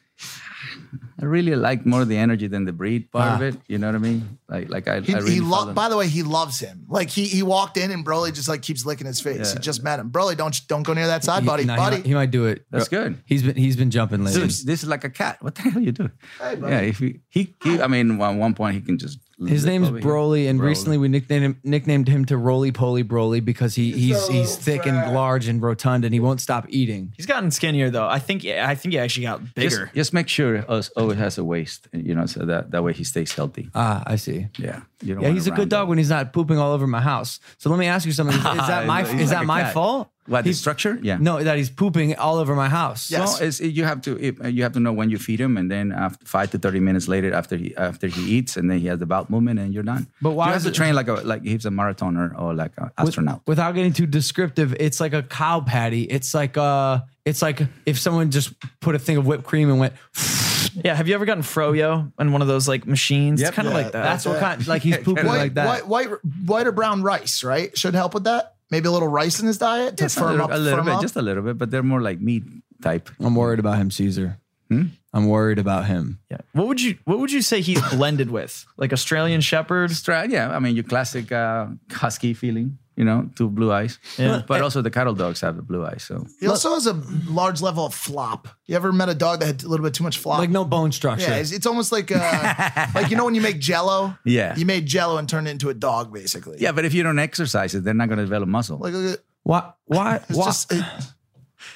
I really like more the energy than the breed part Ah. of it. You know what I mean? Like, like I, He, I really he felt lo- him. by the way, he loves him. Like he he walked in and Broly just like keeps licking his face. he just met him. Broly, don't don't go near that side, buddy. He, nah, he buddy. might- he might do it. That's good. He's been he's been jumping Dude, lately. this is like a cat. What the hell you do? Yeah, if he, he, he I mean, at one point he can just. His lip name's over here. Broly, and Broly. recently we nicknamed him, nicknamed him to Roly Poly Broly because he he's he's thick and large and rotund, and he won't stop eating. He's gotten skinnier though. I think I think he actually got Just, bigger. just make sure us always has a waist. You know, so that that way he stays healthy. Ah, I see. Yeah. You don't Yeah, wanna he's a round good dog up. when he's not pooping all over my house. So let me ask you something: Is, is that my He's is like that a my cat. fault? What the He's- structure? Yeah. No, that he's pooping all over my house. Yeah. No, it's, you have to it, you have to know when you feed him, and then after five to thirty minutes later, after he after he eats, and then he has the bowel movement, and you're done. But why you have is to it- train like a like he's a marathoner or like an With- astronaut? without getting too descriptive, it's like a cow patty. It's like uh, it's like if someone just put a thing of whipped cream and went. yeah. Have you ever gotten froyo in one of those like machines? Yep. It's kind of Yeah, like that. That's what kind. Like he's pooping white, like that. White, white, white or brown rice, right? Should help with that. Maybe a little rice in his diet to Just a firm little, up. a little firm bit, up. just a little bit, but they're more like meat type. I'm worried about him, Caesar. Hmm? I'm worried about him. yeah. What would you What would you say he's blended with? Like Australian Shepherd. Stra- Yeah, I mean your classic uh, husky feeling, you know, two blue eyes. Yeah. But also the cattle dogs have the blue eyes, so he also has a large level of flop. You ever met a dog that had a little bit too much flop? Like no bone structure. yeah, it's, it's almost like uh, like you know when you make Jello. Yeah. you made Jello and turned it into a dog, basically. yeah. But if you don't exercise it, they're not going to develop muscle. like look at- why? Why? it's Why, just it,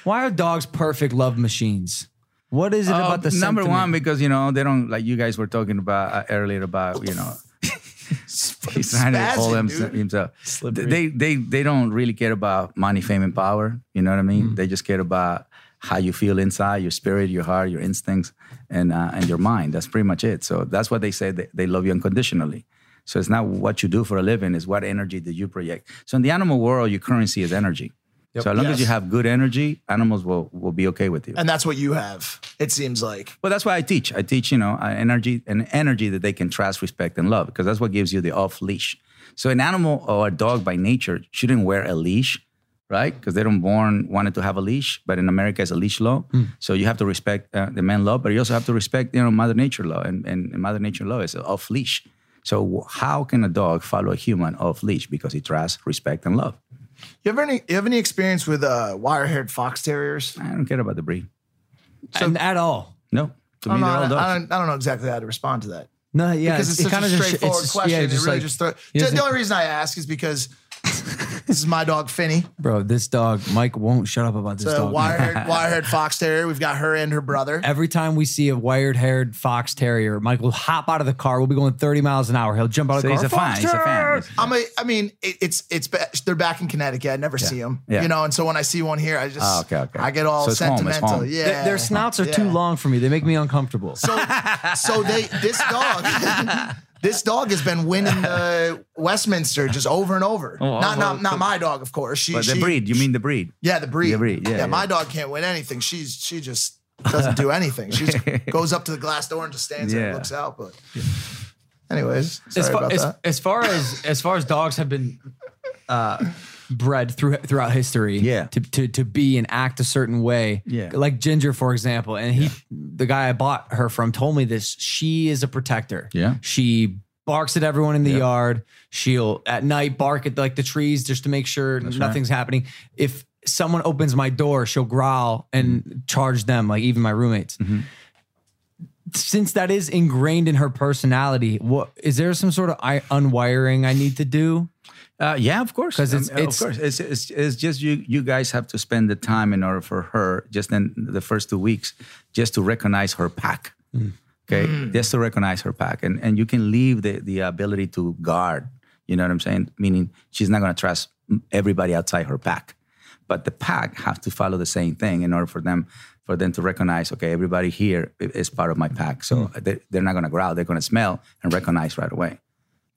why are dogs perfect love machines? What Uh, is it Oh, about the number sentiment? one because you know they don't like you guys were talking about uh, earlier about you know he's trying to hold spazzing, him, dude. himself. They they they don't really care about money, fame, and power. You know what I mean? They just care about how you feel inside, your spirit, your heart, your instincts, and uh, and your mind. That's pretty much it. So that's what they say they, they love you unconditionally. So it's not what you do for a living; it's what energy that you project. So in the animal world, your currency is energy. So as long as you have good energy, animals will will be okay with you. and that's what you have. It seems like Well, that's why I teach. I teach, you know, uh, energy an energy that they can trust, respect, and love because that's what gives you the off leash. So an animal or a dog by nature shouldn't wear a leash, right? Because they don't born wanted to have a leash, but in America it's a leash law. So you have to respect uh, the man law, but you also have to respect, you know, Mother Nature law, and and, and Mother Nature law is off leash. So w- how can a dog follow a human off leash because he trusts, respect, and love? you ever any you have any experience with uh, wire-haired fox terriers? I don't care about the breed. And at all. No, to I me don't, know, they're all I, don't, dogs. I, don't, I don't know exactly how to respond to that. No, yeah, because it's, it such a kinda just- straightforward it's just- question. yeah, it really like- just throw. he Ju- doesn't- the only reason I ask is because this is my dog Finny, bro, this dog Mike won't shut up about this the dog. wire-haired, wire-haired fox terrier. We've got her and her brother. Every time we see a wired-haired fox terrier, Mike will hop out of the car. We'll be going 30 miles an hour. He'll jump out of So the he's car. a fan. He's a fan. He's a fan. I'm a, I mean, it, it's it's ba- they're back in Connecticut. I never see 'em. see them, Yeah. you know. And so when I see one here, I just Ah, okay, okay. I get all So it's home, it's sentimental. home. Yeah, Their, their snouts are Yeah. too long for me. They make me uncomfortable. So so they this dog This dog has been winning uh, Westminster just over and over. Oh, not well, not not my dog, of course. She, But the she- breed, you mean the breed? Yeah, the breed. The breed, yeah, my yeah. dog can't win anything. She's she just doesn't do anything. She just goes up to the glass door and just stands there and Yeah. looks out. But, anyways, sorry as far about as, that. as far as as far as dogs have been uh, bred through throughout history, Yeah. to, to to be and act a certain way, Yeah. Like Ginger, for example, and he, the guy I bought her from, told me this. She is a protector. Yeah. she barks at everyone in the yard. She'll at night bark at like the trees just to make sure nothing's happening. If someone opens my door, she'll growl and Mm-hmm. charge them, like even my roommates since that is ingrained in her personality, what is there some sort of I, unwiring I need to do? Uh, yeah, of course. 'Cause it's- Um, it's- of course. It's, it's it's just you you guys have to spend the time in order for her just in the first two weeks just to recognize her pack. Mm. Okay, just to recognize her pack, and and you can leave the the ability to guard. You know what I'm saying? Meaning she's not going to trust everybody outside her pack, but the pack have to follow the same thing in order for them for them to recognize. Okay, everybody here i- is part of my pack, so Mm. they, they're not going to growl. They're going to smell and recognize right away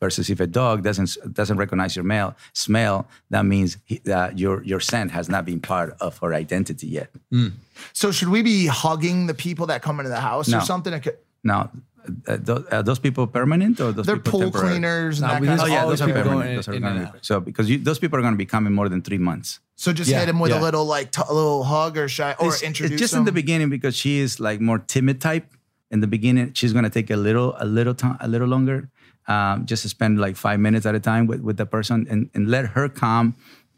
versus if a dog doesn't doesn't recognize your male smell, that means he, that your your scent has not been part of her identity yet. So should we be hugging the people that come into the house or No. something? Okay. Now, uh, tho- are those people permanent or those They're people pool temporary? cleaners. And Nah, that we kind just of Oh yeah, All those those are people permanent. going those are in gonna and be- so because you, those people are going to be coming more than three months. So just Yeah, hit him with yeah. a little like t- a little hug or shy or It's- it's introduce just him. in the beginning because she is like more timid type in the beginning she's going to take a little a little time a little longer um, just to spend like five minutes at a time with, with the person and, and let her calm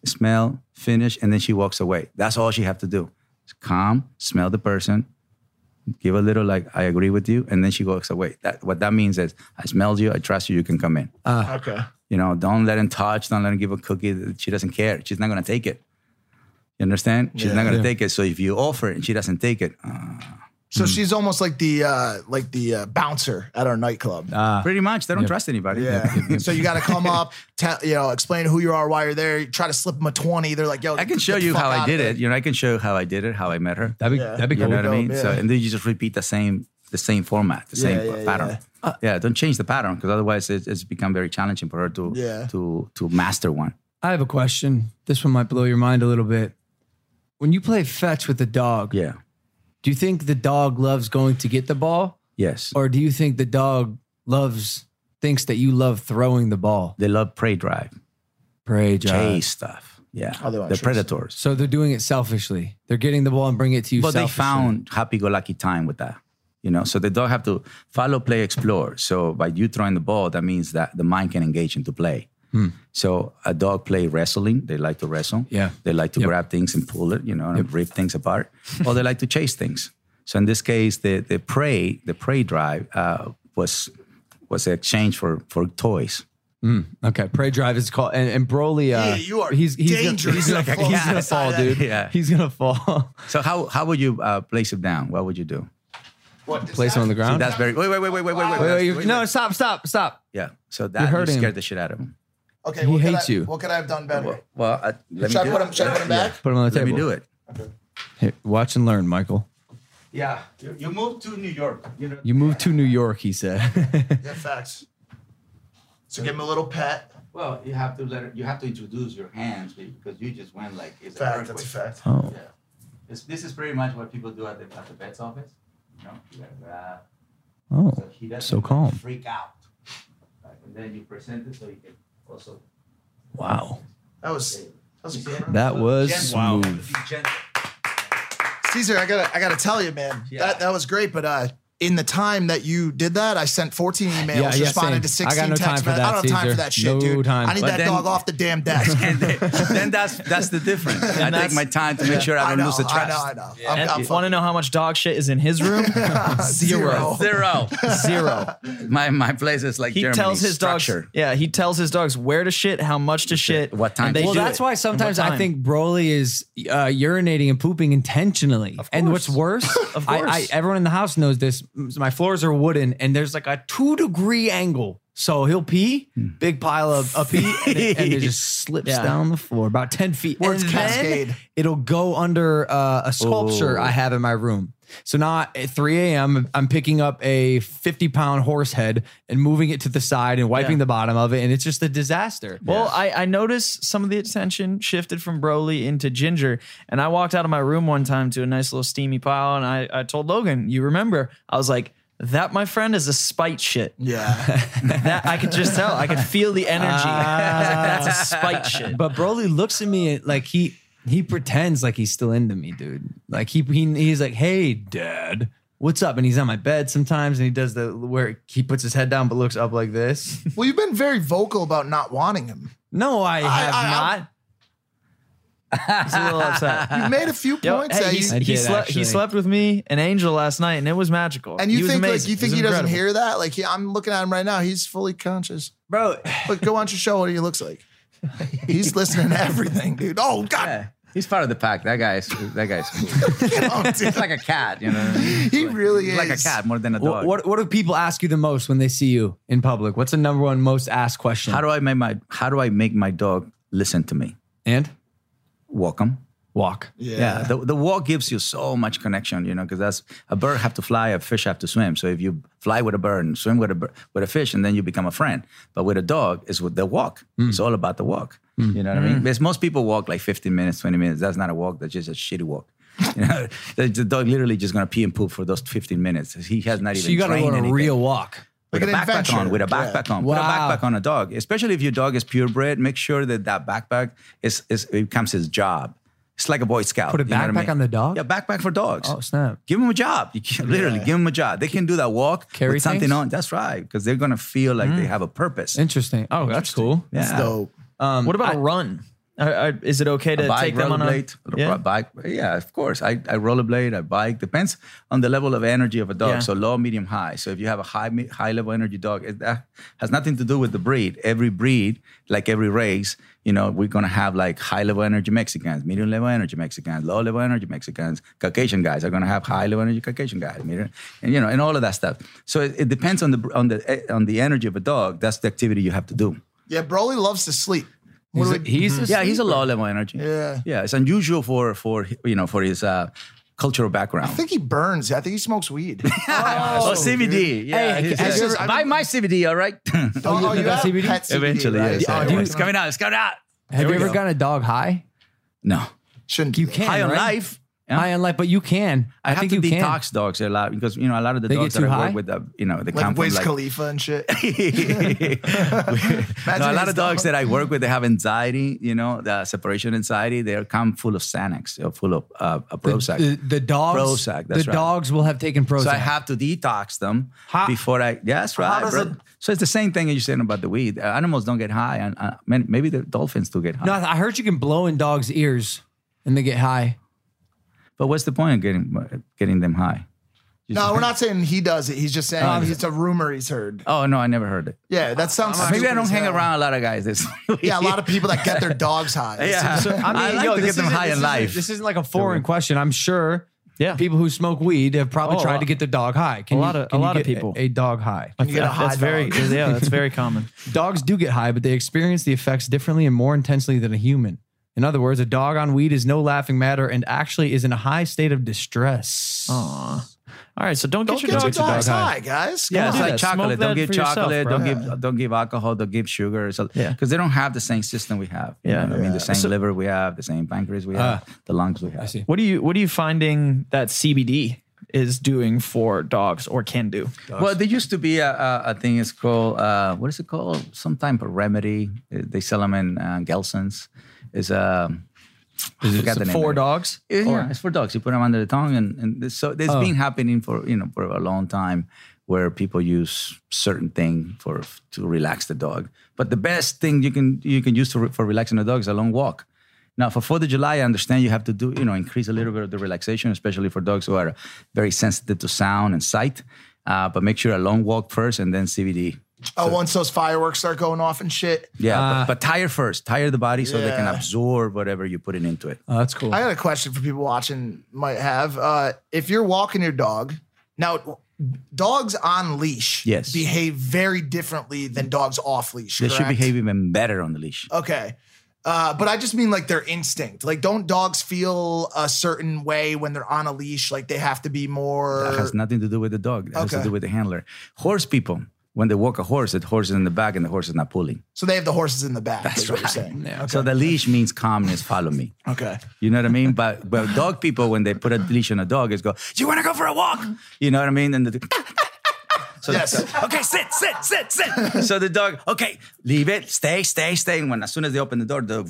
smell finish and then she walks away that's all she have to do Is calm smell the person give a little like i agree with you and then she walks away that, what that means is i smelled you i trust you you can come in okay. you know, don't let him touch, don't let him give a cookie. She doesn't care. She's not gonna take it. You understand? She's not gonna take it. So if you offer it and she doesn't take it, uh, So she's almost like the uh like the uh, bouncer at our nightclub. pretty much they don't trust anybody. Ah. yeah. so you got to come up, tell you know, explain who you are, why you're there. You try to slip them a twenty. They're like, "Yo, I can get show the you fuck how I outta did there. it. You know, I can show how I did it, how I met her. That'd be that'd be You cool. know what I mean? dope, So yeah. and then you just repeat the same the same format, the same yeah, Uh. pattern. Yeah. don't change the pattern because otherwise it's, it's become very challenging for her to Yeah. to to master one. I have a question. This one might blow your mind a little bit. When you play fetch with the dog, Yeah. do you think the dog loves going to get the ball, Yes. or do you think the dog loves thinks that you love throwing the ball? they love prey drive, Pray, chase stuff. Yeah. they want the chase. predators. So they're doing it selfishly. They're getting the ball and bring it to you. but they selfishly. found happy-go-lucky time with that you know so the dog have to follow play explore so by you throwing the ball that means that the mind can engage into play Hmm. so a dog play wrestling they like to wrestle Yeah. they like to grab things and pull it you know and rip things apart or they like to chase things so in this case the the prey the prey drive uh, was was an exchange for for toys Okay, prey drive is called, and, and Broly. Uh, Yeah, you are He's he's dangerous. Gonna, he's, Like a gonna, he's cat. gonna fall, dude. Yeah. he's gonna fall. so how how would you uh, place it down what would you do What, this Place him on the guy- ground. that's very wait wait wait wait wait wait wait, Wait, wait, wait, you- wait, no, wait. stop, stop, stop. yeah so that you hurt him. scared the shit out of him Okay, He what could hates I, you. What could I have done better? Well, I, let Should I me put do him? Should I put him back? Put him on the Let me table. do it. Hey, watch and learn, Michael. Yeah, you, you moved to New York. You know, You moved to New York, he said. Yeah, facts. So give him a little pet. well, you have to let her, you have to introduce your hands because you just went like it's a Fact, earthquake. that's a fact. oh, Yeah, It's- this is pretty much what people do at the at the vet's office. You know, you gotta grab, oh, so he doesn't so calm. freak out. Right, and then you present it so he can also Wow, That was that was incredible. that was Gentle. smooth. Be gentle. Caesar, I gotta, I gotta tell you, man, Yeah. that that was great. But uh, in the time that you did that, I sent 14 emails, Yeah, yeah, responded to same. I got 16 no time texts. for man. that, I don't have time Caesar. for that shit, No dude. time. I need But that then- dog off the damn desk. And then, then that's that's the difference. I take that's- my time to make sure I I don't know, lose the I trust. know, I know. I'm, And I'm want to fucking know how much dog shit is in his room? zero. Zero. Zero. my my place is like He Germany. tells his Structure. dogs. Yeah, he tells his dogs where to shit, how much to shit, What time and to They shit. Well, do that's it. why And sometimes what I time. think Broly is uh, urinating and pooping intentionally. And what's worse, Of I, I, course. everyone in the house knows this. My floors are wooden, and there's like a two degree angle. So he'll pee, big pile of, of pee, and it, and it just slips Hmm. Yeah. down the floor about ten feet. Words and then cascade. it'll go under uh, a sculpture I have in my room. So now at 3 a.m., I'm picking up a 50 pound horse head and moving it to the side and wiping Yeah. the bottom of it. And it's just a disaster. Well, I, I noticed some of the attention shifted from Broly into Ginger, and I walked out of my room one time to a nice little steamy pile, and I, I told Logan, "You remember?" I was like, "That, my friend, is a spite shit. Yeah. That I could just tell. I could feel the energy. I was like, That's a spite shit." But Broly looks at me and, like he he pretends like he's still into me, dude. Like he, he he's like, "Hey, dad, what's up?" And he's on my bed sometimes, and he does the where he puts his head down but looks up like this. well, you've been very vocal about not wanting him. No, I have I- I- not. He's a little upset. You made a few Yo, points hey, that he, you- I he did, slept, he actually. slept with me and Angel last night, and it was magical. and you He was think like amazing. you It was think he doesn't incredible. hear that? Like he, I'm looking at him right now. He's fully conscious. Bro, But go on your show. What he looks like? He's listening to everything, dude. Oh God, Yeah. He's part of the pack. That guy's that guy's cool. get on, dude. He's like a cat, you know. he really is like a cat more than a what, dog. what what do people ask you the most when they see you in public? What's the number one most asked question? how do I make my how do I make my dog listen to me? and Walk him. walk. Yeah. The, the walk gives you so much connection, you know, because that's a bird have to fly, a fish have to swim. So if you fly with a bird and swim with a bir- with a fish, and then you become a friend. But with a dog, it's with the walk. Mm. It's all about the walk. You know what I mean? Because most people walk like 15 minutes, 20 minutes. That's not a walk. That's just a shitty walk. You know, the, the dog literally just gonna pee and poop for those 15 minutes. He has not even. So you got to trained go on a anything real walk. Like with an a backpack adventure. on, with a Yeah. backpack on, put Wow. a backpack on a dog, especially if your dog is purebred. Make sure that that backpack is, is it becomes his job. It's like a Boy Scout. Put a you know what I backpack mean? on the dog? Yeah, backpack for dogs. Oh snap! Give them a job. You can, literally give them a job. They can do that walk Carry with something things? Hmm. on. That's right, because they're gonna feel like they have a purpose. Interesting. Oh, that's cool. Yeah. Dope. What about a run? Um, I, I, is it okay to bike, take them on a? rollerblade, ro- Yeah. bike. Yeah, of course. I, I rollerblade, I bike. Depends on the level of energy of a dog. Yeah. So low, medium, high. So if you have a high me- high level energy dog, it, that has nothing to do with the breed. Every breed, like every race, you know, we're gonna have like high level energy Mexicans, medium level energy Mexicans, low level energy Mexicans. Caucasian guys are gonna have high level energy Caucasian guys, medium, and you know, and all of that stuff. So it, it depends on the br- on the eh, on the energy of a dog. That's the activity you have to do. Yeah, Broly loves to sleep. What do we- He's Yeah, he's a low level energy. Yeah. yeah, it's unusual for for you know for his uh, cultural background. I think he burns. I think he smokes weed. oh, CBD. Yeah, Hey, he's- have he's- you ever- buy my CBD. All right. Oh, you oh, you got have CBD? pet CBD, Eventually, right? yes, Oh, yeah, you- it's coming out. It's coming out. Have There we you ever go. gotten a dog high? No, shouldn't. You do that. can high on right? life. Yeah. High on life, but you can. I, I, have think to you can. detox dogs a lot because you know a lot of the They dogs get that too I high? work with, uh, you know, they come Like from Wiz like Khalifa and shit. no, a lot his of dogs dog. that I work with, they have anxiety, you know, the separation anxiety. They come full of Xanax, or full of uh, uh, Prozac. The, the dogs. Prozac, that's the right. dogs will have taken Prozac. So I have to detox them before I. Yeah, that's right. does bro. it- so it's the same thing you're saying about the weed. Uh, animals don't get high, and uh, man, maybe the dolphins do get high. no, I heard you can blow in dogs' ears and they get high. But what's the point of getting uh, getting them high? No, we're not saying he does it. He's just saying it's a rumor he's heard. Oh no, I never heard it. Yeah, that sounds. Maybe stupid I don't as hang hell. around a lot of guys. This uh, Yeah, a lot of people that get their dogs high. yeah. I, like to get this them isn't- high in this isn't- life. This isn't like a foreign question. I'm sure. Yeah. People who smoke weed have probably Oh, a tried lot. to get their dog high. Can A you- lot of- can a you lot of get people. A, a dog high. Uh, You get a high that's very dog. yeah, that's very common. Dogs do get high, but they experience the effects differently and more intensely than a human. In other words, a dog on weed is no laughing matter and actually is in a high state of distress. Aw. All right, so don't, Don't get your get your dogs. dogs, dog high. high, guys. Come Yeah, on. it's do like that. Smoke chocolate. that Don't give for yourself, chocolate. bro. don't give don't give alcohol. Don't give sugar. Because Yeah. they don't have the same system we have. You Yeah. know what I mean the same liver we have, the same pancreas we have, the lungs we have. I see. What are you What are you finding that CBD is doing for dogs or can do? Well, there used to be a, a, a thing. It's called uh, what is it called? Some type of remedy. Uh, They sell them in uh, Gelson's. Is um, I forgot the name. for of it. dogs? Yeah, yeah, Oh, it's for dogs. You put them under the tongue, and, and this, so Oh. it's been happening for you know for a long time, where people use certain thing for to relax the dog. But the best thing you can you can use to re- for relaxing the dog is a long walk. Now for Fourth of July, I understand you have to do you know increase a little bit of the relaxation, especially for dogs who are very sensitive to sound and sight. Uh, but make sure a long walk first, and then CBD. Oh, once those fireworks start going off and shit. Yeah, but, but tire first, tire the body so they can Ah. Yeah. absorb whatever you put it into it. Oh, that's cool. I got a question for people watching might have. Uh, if you're walking your dog, now dogs on leash Yes. behave very differently than dogs off leash. They should correct? behave even better on the leash. Okay. Uh, but I just mean like their instinct. Like, don't dogs feel a certain way when they're on a leash? Like they have to be more. That has nothing to do with the dog. It has to Okay. do with the handler. Horse people, when they walk a horse, the horse is in the back and the horse is not pulling. so they have the horses in the back. That's what you're saying. Yeah. So the leash means calmness, follow me. Okay. You know what I mean? But but dog people, when they put a leash on a dog, it's go, you wanna go for a walk? You know what I mean? And the so the- Yes. okay, sit, sit, sit, sit. so the dog, okay, leave it, stay, stay, stay. And when as soon as they open the door, the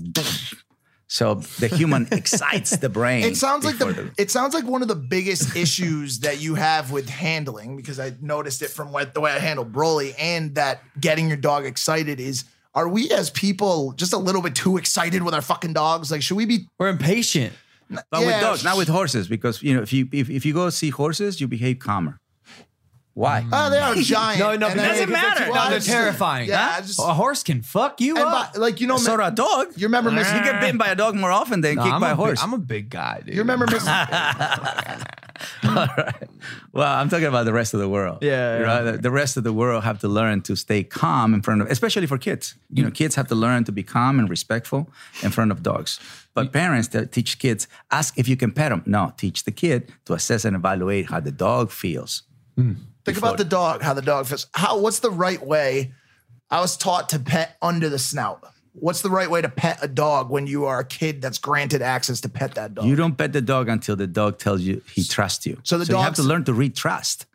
so the human excites the brain. It sounds like the, before it sounds like one of the biggest issues that you have with handling because I noticed it from what, the way I handle Broly and that getting your dog excited is are we as people just a little bit too excited with our fucking dogs? Like should we be We're impatient. But Yeah. with dogs, not with horses, because you know if you if, if you go see horses, you behave calmer. Why? oh they are giant? No, no, and but I- that's- doesn't matter. that's- No, well, I they're just- terrifying. Yeah, Huh? Oh. I just- a horse can fuck you and up. by- like you know so a dog. you remember Miss You get bitten by a dog more often than Nah, kicked I'm by a a big- horse. I'm a big guy, dude. you remember Miss All right. Well, I'm talking about the rest of the world. Yeah, You know, the- The rest of the world have to learn to stay calm in front of, especially for kids. You know, kids have to learn to be calm and respectful in front of dogs. But parents that teach kids, ask if you can pet them. No, teach the kid to assess and evaluate how the dog feels. Think about the dog, how the dog feels. How what's the right way? I was taught to pet under the snout. What's the right way to pet a dog when you are a kid that's granted access to pet that dog? You don't pet the dog until the dog tells you he trusts you. So the you have dogs- to learn to read trust.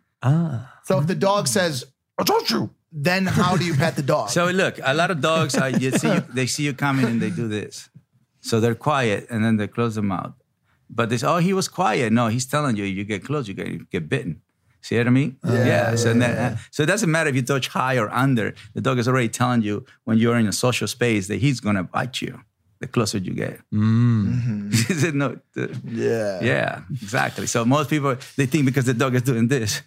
so if the dog says, I told you, then how do you pet the dog? So look, a lot of dogs, uh, you see, they see you coming and they do this. So they're quiet and then they close their mouth. But they say, oh, he was quiet. No, he's telling you, you get close, you get, you get bitten. See what I mean? Yeah. so, then, uh, so it doesn't matter if you touch high or under. The dog is already telling you when you're in a social space that he's going to bite you the closer you get. He said, no, the- yeah. yeah, exactly. So most people, they think because the dog is doing this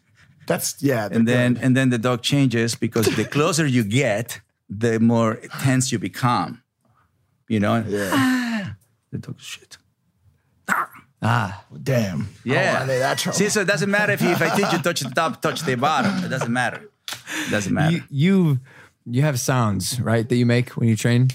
That's yeah. and then and then the dog changes because the closer you get, the more tense you become. You know, the dog shit. damn. Yeah, Oh, are they Oh, that trouble? see, so it doesn't matter if you, if I teach you touch the top, touch the bottom. It doesn't matter. It doesn't matter. you, you you have sounds right that you make when you train.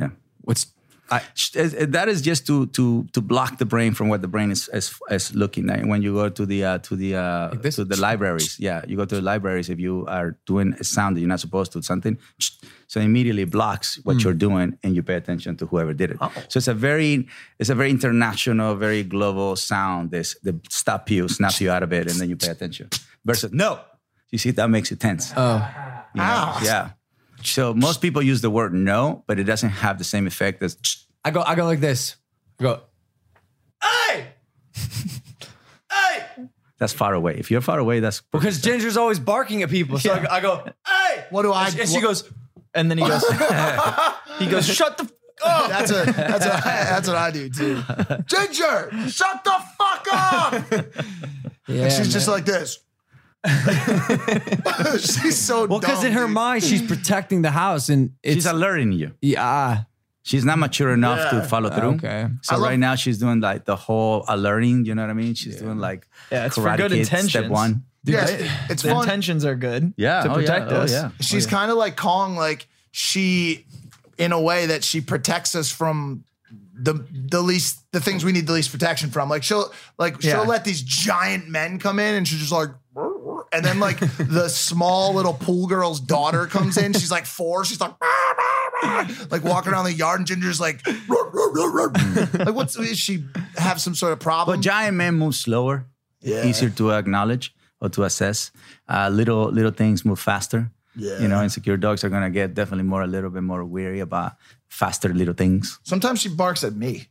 yeah. What's I, eh, that is just to to to block the brain from what the brain is is, is looking at. When you go to the uh, to the uh, this? to the libraries, yeah, you go to the libraries if you are doing a sound that you're not supposed to something, so immediately blocks what you're doing and you pay attention to whoever did it. So it's a very it's a very international, very global sound. This they stop you, snap you out of it, and then you pay attention. Versus no, you see that makes you tense. You know? yeah. So most people use the word no, but it doesn't have the same effect as. I go I go like this. I go That's far away. If you're far away, that's because Ginger's always barking at people. So I, go, I go, hey. what do I? And she- and she what- goes, And then he goes, he goes, shut the. F-. That's a that's a that's what I do too. Ginger, shut the fuck up. yeah, She's just like this. She's so well, because dumb, in her dude. mind she's protecting the house and it's she's alerting you. yeah. She's not mature enough to follow through. Okay. So right now she's doing like the whole alerting. You know what I mean? She's doing like Yeah, it's for Karate good Kid Step intentions. one. Yeah, it- it's The fun. intentions are good. Yeah. To oh, yeah, protect oh, us. yeah. She's kind of like Kong, like she, in a way that she protects us from the the least the things we need the least protection from. Like she'll like Yeah. she'll let these giant men come in, and she's just like. And then like the small little pool girl's daughter comes in. She's like four. She's like, like walking around the yard, and Ginger's like, like what's is she have some sort of problem? But giant men move slower, easier to acknowledge or to assess. Uh, little little things move faster. Yeah. You know, insecure dogs are gonna get definitely more a little bit more weary about faster little things. Sometimes she barks at me,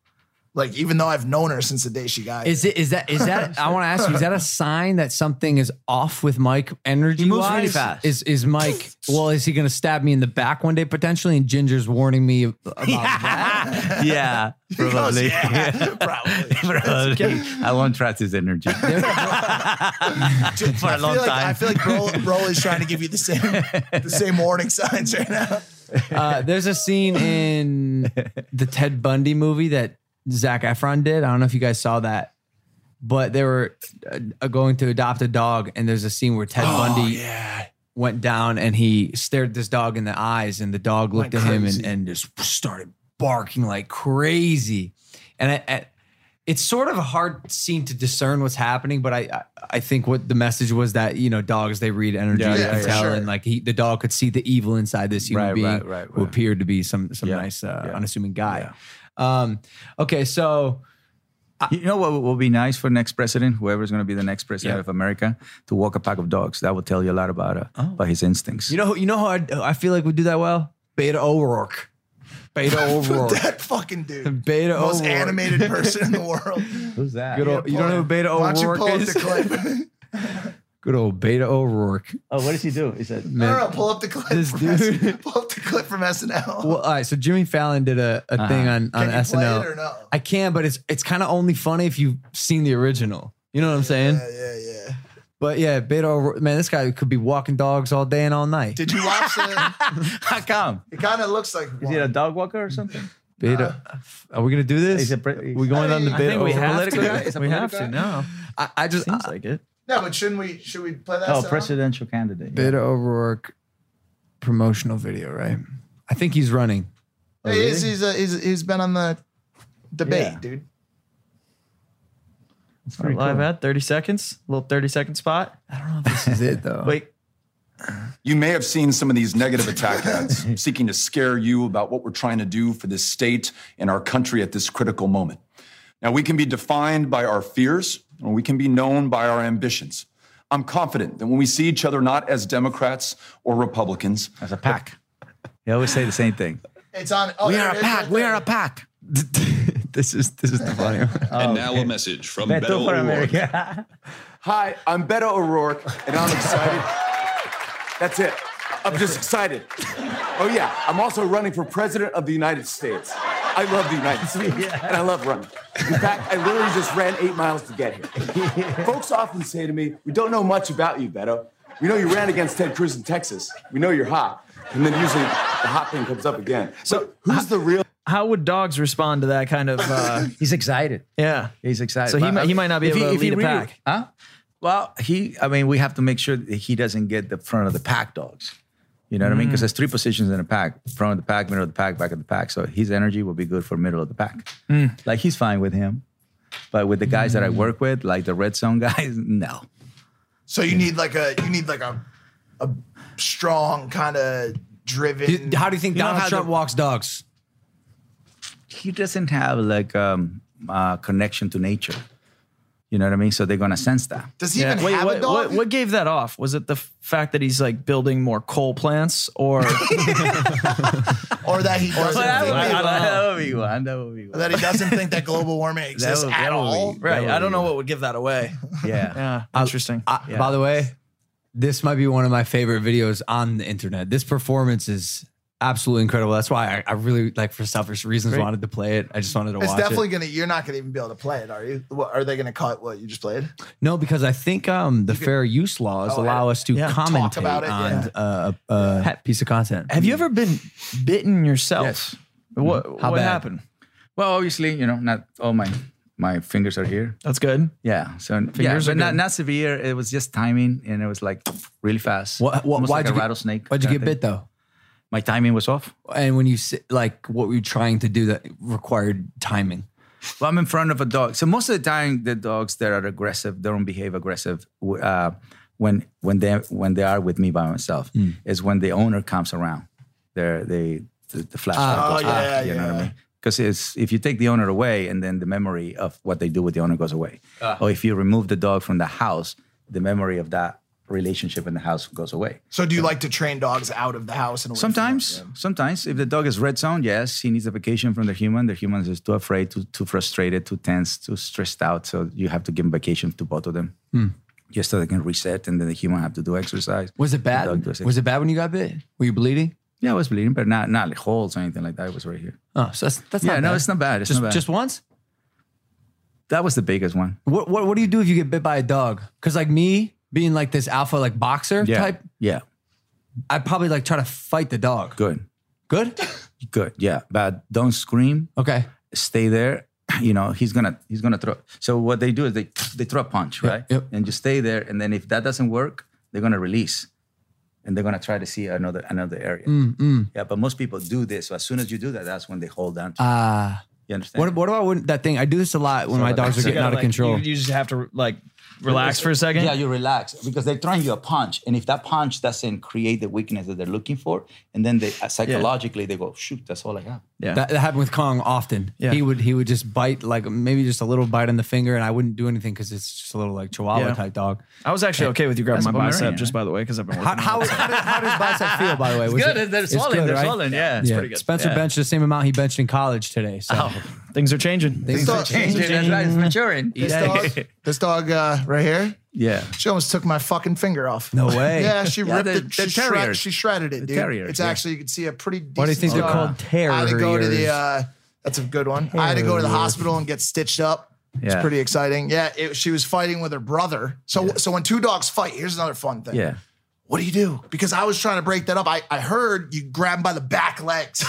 like even though I've known her since the day she got here. Is it is that is that I want to ask you is that a sign that something is off with Mike energy? moves really wise? fast. Is is Mike? Well, is he going to stab me in the back one day potentially? And Ginger's warning me about that. yeah, probably. yeah, probably. Probably. I won't trust his energy. for a long I feel Like, time. I feel like Bro, Bro is trying to give you the same the same warning signs right now. Uh, there's a scene in the Ted Bundy movie that Zach Efron did. I don't know if you guys saw that, but they were uh, going to adopt a dog, and there's a scene where Oh, Ted Bundy went down and he stared this dog in the eyes, and the dog looked at him and, and just started barking like crazy, and I, I- it's sort of a hard scene to discern what's happening. But I, I, I think what the message was that you know dogs they read energy, Yeah, they yeah, can yeah. tell, Sure. and like he, the dog could see the evil inside this human Right, being right, right, who right. appeared to be some some Yeah, nice uh, yeah. unassuming guy. Um, okay, so. You know what would be nice for next president, whoever's going to be the next president Yeah. of America, to walk a pack of dogs. That would tell you a lot about uh, about his instincts. You know, who- you know how I, I feel like we do that well. Beta O'Rourke, Beta O'Rourke, that fucking dude. Beta Most O'Rourke. animated person in the world. who's that? Good old, you don't know who Beta Why don't you O'Rourke pull up is? the clip? Good old Beta O'Rourke. oh, what does he do? He said, I don't know. Pull up the clip. This from dude. S- pull up the clip from SNL. Well, all right. So Jimmy Fallon did a, a thing on Uh-huh. Can on you play SNL. it or no? I can, but it's it's kind of only funny if you've seen the original. You know what I'm saying? yeah, yeah, yeah. But yeah, Beta O'Rourke, man, this guy could be walking dogs all day and all night. Did you watch the? "How come? It kind of looks like. Is he a dog walker or something?" Beta, are we gonna do this? Is it pre- we going on the I Beta I think we have O'Rourke? guy? Is to. a We have to political now. Uh, I, I just Seems I- like it. No, but shouldn't we? Should we play that? Oh, SNL? presidential candidate. Beta O'Rourke promotional video, right? I think he's running. Hey, he's, he's, a, he's he's been on the debate, Yeah. dude. pretty Live cool. at 30 seconds, little 30 second spot. I don't know if this is it though. Wait, You may have seen some of these negative attack ads seeking to scare you about what we're trying to do for this state and our country at this critical moment. Now, we can be defined by our fears, or we can be known by our ambitions. I'm confident that when we see each other not as Democrats or Republicans, As a pack. He always say the same thing. It's on. Oh, we there are a it is pack. right We there. are a pack. this is this is the funny one. And now a message from Oh, Beto Beto for O'Rourke. America. hi, I'm Beto O'Rourke, and I'm excited. That's it. I'm just excited. Oh, yeah. I'm also running for president of the United States. I love the United States, and I love running. In fact, I literally just ran eight miles to get here. Folks often say to me, We don't know much about you, Beto. We know you ran against Ted Cruz in Texas. We know you're hot. And then usually the hot thing comes up again. So, who's the real? how would dogs respond to that kind of? Uh, He's excited. yeah. He's excited. So he might- he might not be If able to if lead a really- pack. Huh? Well, he. I mean, we have to make sure that he doesn't get the front of the pack dogs. You know what I mean? Because there's three positions in a pack: front of the pack, middle of the pack, back of the pack. So his energy will be good for middle of the pack. Hmm. Like he's fine with him, but with the guys that I work with, like the red zone guys, no. So you need like a you need like a a strong kind of driven. How do you think You know Donald how Trump the- walks dogs? he doesn't have like um uh, connection to nature. You know what I mean? So they're gonna sense that. does he Yeah. even Wait, have what, a dog? what what gave that off? Was it the f- fact that he's like building more coal plants, or or that he doesn't That think would be that, one. That would be one. That would be one. that he doesn't think that global warming exists would- at that would be- all? right? I would don't be know what would give that away. Yeah. Yeah, interesting. I, By the way, this might be one of my favorite videos on the internet. This performance is absolutely incredible. That's why I, I really like for selfish reasons wanted to play it. I just wanted to It's watch definitely it. gonna. You're not gonna even be able to play it, are you? What, are they gonna cut what you just played? No, because I think um, the fair use laws allow us to yeah. comment Talk about it, on yeah. uh, a, a piece of content. Have you ever been bitten yourself? Yes. What How what bad? happened? Well, obviously, you know, not all my my fingers are here. That's good. Yeah. So yeah, Fingers are but not good. not severe. It was just timing, and it was like really fast. What- what- Almost like why'd you a get- rattlesnake? Why'd you kinda get thing. bit though? My timing was off. And when you sit, like what were you trying to do that required timing? Well, I'm in front of a dog. So most of the time, the dogs that are aggressive, they don't behave aggressive uh, when when they when they are with me by myself. Hmm. Is when the owner comes around, they're, they the, the flashlight Oh, goes off. yeah, you know what yeah. I mean? Because it's if you take the owner away, and then the memory of what they do with the owner goes away. Ah. Or if you remove the dog from the house, the memory of that relationship in the house goes away. So do you like to train dogs out of the house? And away from Sometimes, them? sometimes, if the dog is red zone, yes, he needs a vacation from the human. The human is too afraid, too, too frustrated, too tense, too stressed out. So you have to give him vacation to both of them, Hmm. just so they can reset, and then the human have to do exercise. Was it The bad? dog does Was it bad when you got bit? Were you bleeding? Yeah, I was bleeding, but not not like holes or anything like that. It was right here. Oh, so that's that's yeah, not no, bad. it's not bad. It's just not bad. just once. that was the biggest one. What, what what do you do if you get bit by a dog? Because like me being like this alpha like boxer Yeah, type, yeah, I probably like try to fight the dog. good, Good. good. Yeah, but don't scream. Okay. stay there. You know, he's gonna he's gonna throw. So what they do is they they throw a punch, right? yep. And just stay there. And then if that doesn't work, they're gonna release. and they're gonna try to see another another area. Yeah, but most people do this. So as soon as you do that, that's when they hold on. to Ah, you understand? What, what about when, that thing? I do this a lot when my dogs are that's- getting you out of like, control. You, you just have to like relax for a second. Yeah, you relax because they're throwing you a punch, and if that punch doesn't create the weakness that they're looking for, and then they uh, psychologically they go, shoot, that's all I have. yeah. That, that happened with Kong often. Yeah. He would he would just bite like maybe just a little bite on the finger, and I wouldn't do anything because it's just a little like Chihuahua Yeah. type dog. I was actually okay with you grabbing That's my a bicep, Pomeranian, just right? by the way, because I've been How, working. how, out. how, does, how does bicep feel by the way? Was Good, it- they're it's solid. good, they're right? solid. Yeah, it's Yeah. pretty good. Spencer yeah. Oh. benched the same amount he benched in college today. So Things are changing. Things are Change it. That's right. It's maturing. This dog, this dog uh, right here, Yeah. she almost took my fucking finger off. No way. Yeah, she Yeah, ripped they're- it. She, they're shred, terriers. she shredded it, dude. terriers, it's yeah. actually you can see a pretty. Decent Why do you think they're dog. called I had to go to terriers? the. Uh, that's a good one. I had to go to the hospital and get stitched up. It's Yeah. pretty exciting. Yeah, it, she was fighting with her brother. So, so when two dogs fight, here's another fun thing. Yeah. What do you do? Because I was trying to break that up. I, I heard you grab them by the back legs.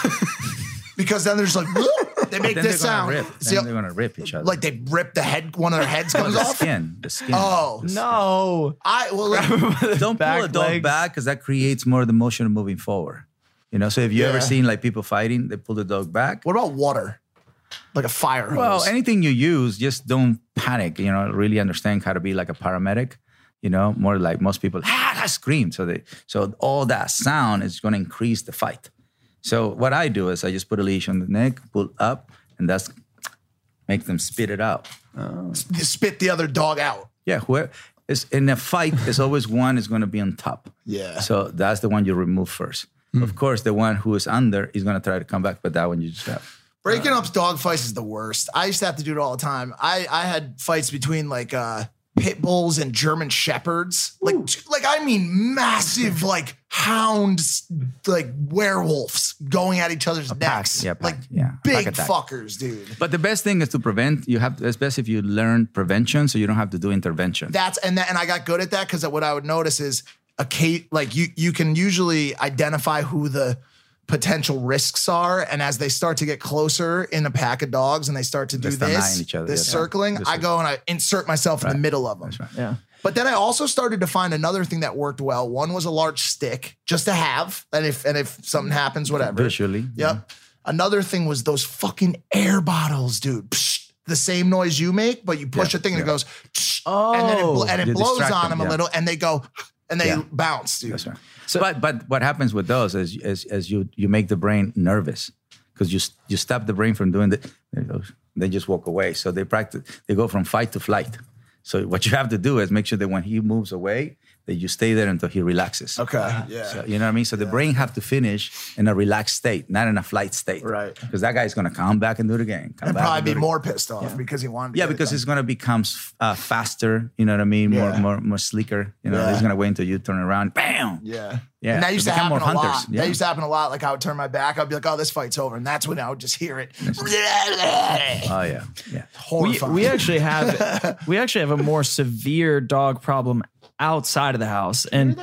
because then there's like they make Then this they're gonna sound. rip. See, Then they're gonna rip each other. like they rip the head. One of their heads Oh, comes the off. skin. The skin. Oh, The no. I well, like, don't Back pull a dog legs. back because that creates more of the motion of moving forward. You know, so if you Yeah. ever seen like people fighting, they pull the dog back. what about water? Like a fire hose. Well, anything you use, just don't panic. You know, really understand how to be like a paramedic. You know, more like most people ah, I scream. So they so all that sound is going to increase the fight. So what I do is I just put a leash on the neck, pull up, and that's make them spit it out. You spit the other dog out. Yeah, whoever is in a fight, there's always one is going to be on top. Yeah. So that's the one you remove first. Of course, the one who is under is going to try to come back, but that one you just have. Breaking Uh. up dog fights is the worst. I used to have to do it all the time. I I had fights between like uh pit bulls and German shepherds. Like t- like I mean massive like hounds like werewolves going at each other's necks. yeah, pack, like yeah, big pack attack. fuckers, dude. But the best thing is to prevent. You have to, it's best if you learn prevention, so you don't have to do intervention. That's and that and I got good at that because what I would notice is a case like you you can usually identify who the potential risks are, and as they start to get closer in a pack of dogs and they start to do start this, eyeing each other, this yeah. circling, This I is- go and I insert myself in the middle of them. Yeah. But then I also started to find another thing that worked well. One was a large stick just to have, and if and if something happens, whatever. Visually, Yep. Another thing was those fucking air bottles, dude. Psh, the same noise you make, but you push a thing and it goes, psh, and then it, bl- and Oh, it You blows distract on them them, yeah. a little, and they go, and they Yeah. bounce, dude. That's right. but but what happens with those is as as you you make the brain nervous because you s- you stop the brain from doing the there it goes. they just walk away. So they practice they go from fight to flight. So what you have to do is make sure that when he moves away, that you stay there until he relaxes. Okay. Yeah. So, you know what I mean? So the brain have to finish in a relaxed state, not in a flight state. Right. Because that guy's gonna come back and do it again. Come And back probably do be it more pissed off because he wanted. To yeah, get it because done. it's gonna become s- uh, faster. You know what I mean? Yeah. More, more, more sleeker. You know, Yeah. it's gonna wait until you turn around. Bam. Yeah. Yeah, And that used to they become happen a more lot. hunters, yeah. That used to happen a lot. Like I would turn my back, I'd be like, "Oh, this fight's over," and that's when I would just hear it. Oh yeah, yeah. We, Horrifying. we actually have we actually have a more severe dog problem outside of the house, and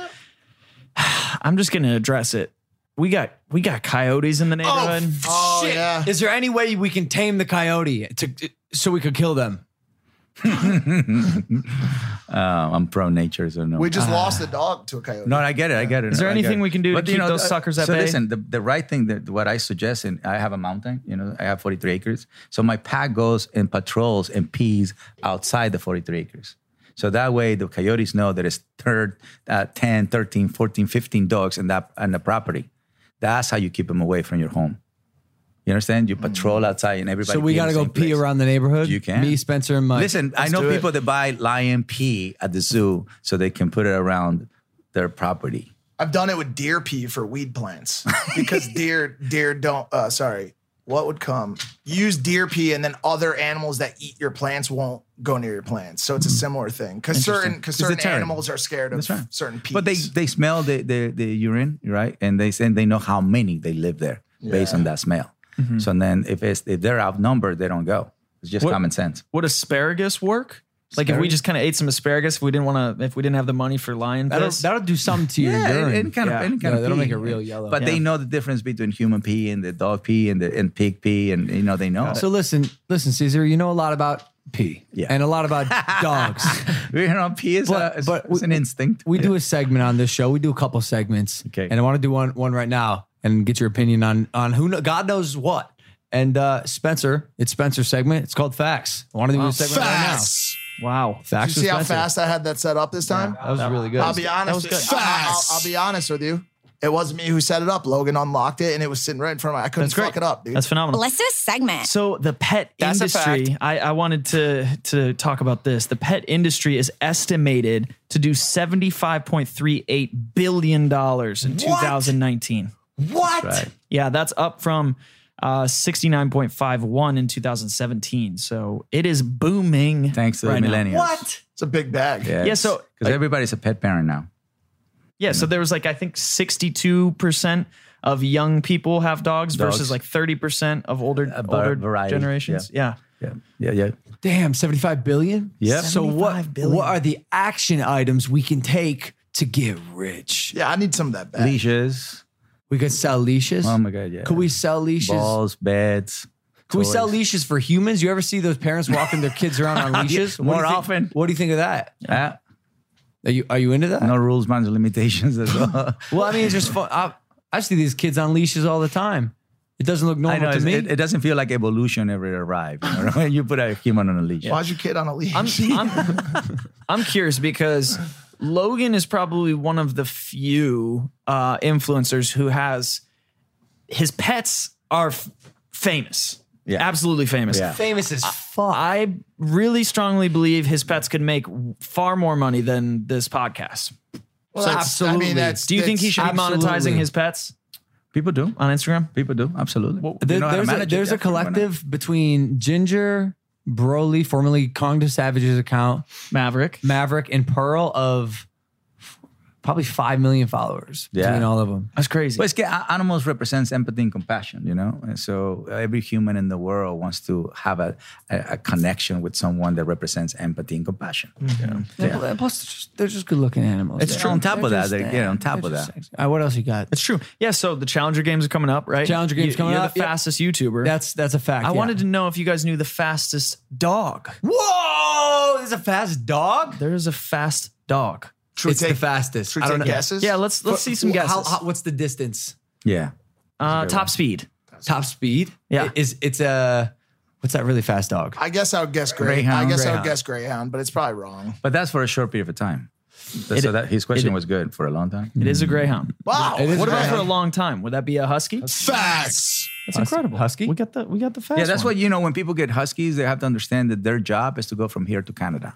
I'm just going to address it. We got we got coyotes in the neighborhood. oh Shit. yeah. Is there any way we can tame the coyote to so we could kill them? Um, I'm pro nature, so no. We just lost the dog to a coyote. no, I get it. I get it. Is there I get anything it. we can do to keep those uh, suckers at so bay? listen, the, the right thing that what I suggest, and I have a mountain. You know, I have 43 acres, so my pack goes and patrols and pees outside the 43 acres. So that way, the coyotes know that it's third, uh, 10, 13, 14, 15 dogs in that on the property. That's how you keep them away from your home. You understand? You Mm. patrol outside, and everybody. So we pee in got to the go same pee place. around the neighborhood. You can. Me, Spencer, and Mike. Listen, I know people that buy lion pee at the zoo so they can put it around their property. I've done it with deer pee for weed plants because deer deer don't. Uh, sorry, what would come? You use deer pee, and then other animals that eat your plants won't go near your plants. So it's a similar thing because certain because a certain deterrent. animals are scared of right. certain peas. But they they smell the, the the urine, right? And they say they know how many they live there based on that smell. Mm-hmm. So then if it's if they're outnumbered, they don't go. It's just common sense. Would asparagus work? Like if we just kind of ate some asparagus, if we didn't want to, if we didn't have the money for lion that'll, piss? that'll do something to your Yeah, urine. any, any kind Yeah. of any kind Yeah, of that'll pee. make it real yellow. But they know the difference between human pee and the dog pee and the and pig pee and you know they know. So listen, listen, Caesar. You know a lot about pee, Yeah. and a lot about dogs. you know, pee is, But- a, is, but is we- an instinct. We do a segment on this show. We do a couple segments. Okay. And I want to do one one right now and get your opinion on on who kno- God knows what. And uh Spencer, it's Spencer's segment. It's called Facts. I want to do a Facts. segment Wow. right now. Facts. Did you with see how Spencer. fast I had that set up this time? That was really good. I'll be honest. was with- good. I- I- I'll, I'll be honest with you. It wasn't me who set it up. Logan unlocked it, and it was sitting right in front of me. I couldn't That's great. fuck it up, dude. That's phenomenal. Melissa's segment. So the pet That's a industry, fact. I, I wanted to to talk about this. The pet industry is estimated to do seventy five point three eight billion dollars in two thousand nineteen. what? Yeah, that's up from uh, sixty nine point five one in two thousand seventeen. So it is booming. Thanks to right the now. millennials. What? It's a big bag. Yeah, so- because everybody's a pet parent now. Yeah, so there was like I think sixty two percent of young people have dogs, versus Dogs. like thirty percent of older var- older variety, generations. Yeah. Yeah, yeah, yeah. Damn, 75 billion? Yep. So what 75 billion. what are the action items we can take to get rich? Yeah, I need some of that Uh, bag. Leashes. We could sell leashes. Oh my god, yeah. Could we sell leashes? balls, beds? Can we sell toys. leashes for humans? You ever see those parents walking their kids around on leashes? What do you More think- often. What do you think of that? Ah, Are you are you into that? no rules, man's limitations. As well. Well, I mean, it's just fun. I, I see these kids on leashes all the time. It doesn't look I normal know to it's- me. it, it doesn't feel like evolution ever arrived. You, know? when you put a human on a leash. Why's your kid on a leash? I'm I'm, I'm curious because Logan is probably one of the few uh, influencers who has his pets are f- famous. Yeah. Absolutely famous. Yeah. Famous as fuck. I really strongly believe his pets could make far more money than this podcast. Well, that's- I mean, absolutely. that's- Do you think he that's- should be monetizing absolutely. his pets People do. Uh, on Instagram? People do. Absolutely. If you There- know how to there's a, manage it, there's a yeah, sure, why not? collective between Ginger, Broly, formerly Kong to Savage's account, Maverick. Maverick, and Pearl of probably 5 million followers between Yeah. all of them. That's crazy. But it's, ca- a- animals represents empathy and compassion, you know. And so uh, every human in the world wants to have a, a, a connection with someone that represents empathy and compassion. Yeah. Yeah. And Plus, they're just, they're just good looking animals. It's They're- true. On top they're of that, just, they're- uh, yeah, on top they're of just that. sexy. All right, what else you got? It's true. Yeah. So the Challenger games are coming up, right? Challenger game's You- coming you're up. the Yep. fastest YouTuber. That's that's a fact. I yeah. wanted to know if you guys knew the fastest dog. Whoa! There's a fast dog. There is a fast dog. Should we it's the fastest. should we I don't take know. guesses? Yeah, let's let's see some Wh- how- guesses. how- what's the distance? Yeah. uh, top speed. Top speed? Yeah. It is it's a what's that really fast dog? I guess I would guess Grey- Greyhound, I guess I Greyhound. would guess Greyhound, but it's probably wrong. But that's for a short period of time. so that his question was good for a long time. It is a greyhound. Wow. It is what about a For a Greyhound. for long time, would that be a husky? facts? That's incredible. Husky? We got the we got the fast. Yeah, that's one. what you know. When people get huskies, they have to understand that their job is to go from here to Canada.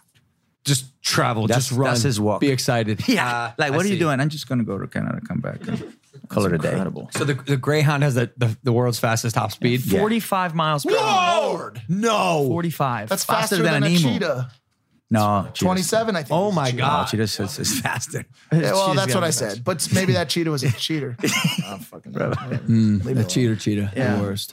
Just travel, That's- just run. that's his walk. Be excited. Uh, like, I what are see. you doing? I'm just going to go to Canada, come back, and call it a day. Incredible. So the, the Greyhound has the, the, the world's fastest top speed. Forty-five miles per hour. Lord. No. Forty-five. That's Faster faster, than an than, a emu. cheetah. No, 27, I think. Oh is a my cheetah. god. She just is, is faster. Yeah, well, that's Cheetah's gotta what be I faster. said. But maybe that cheetah was a cheater. oh, fucking A cheater cheetah. Yeah. The worst.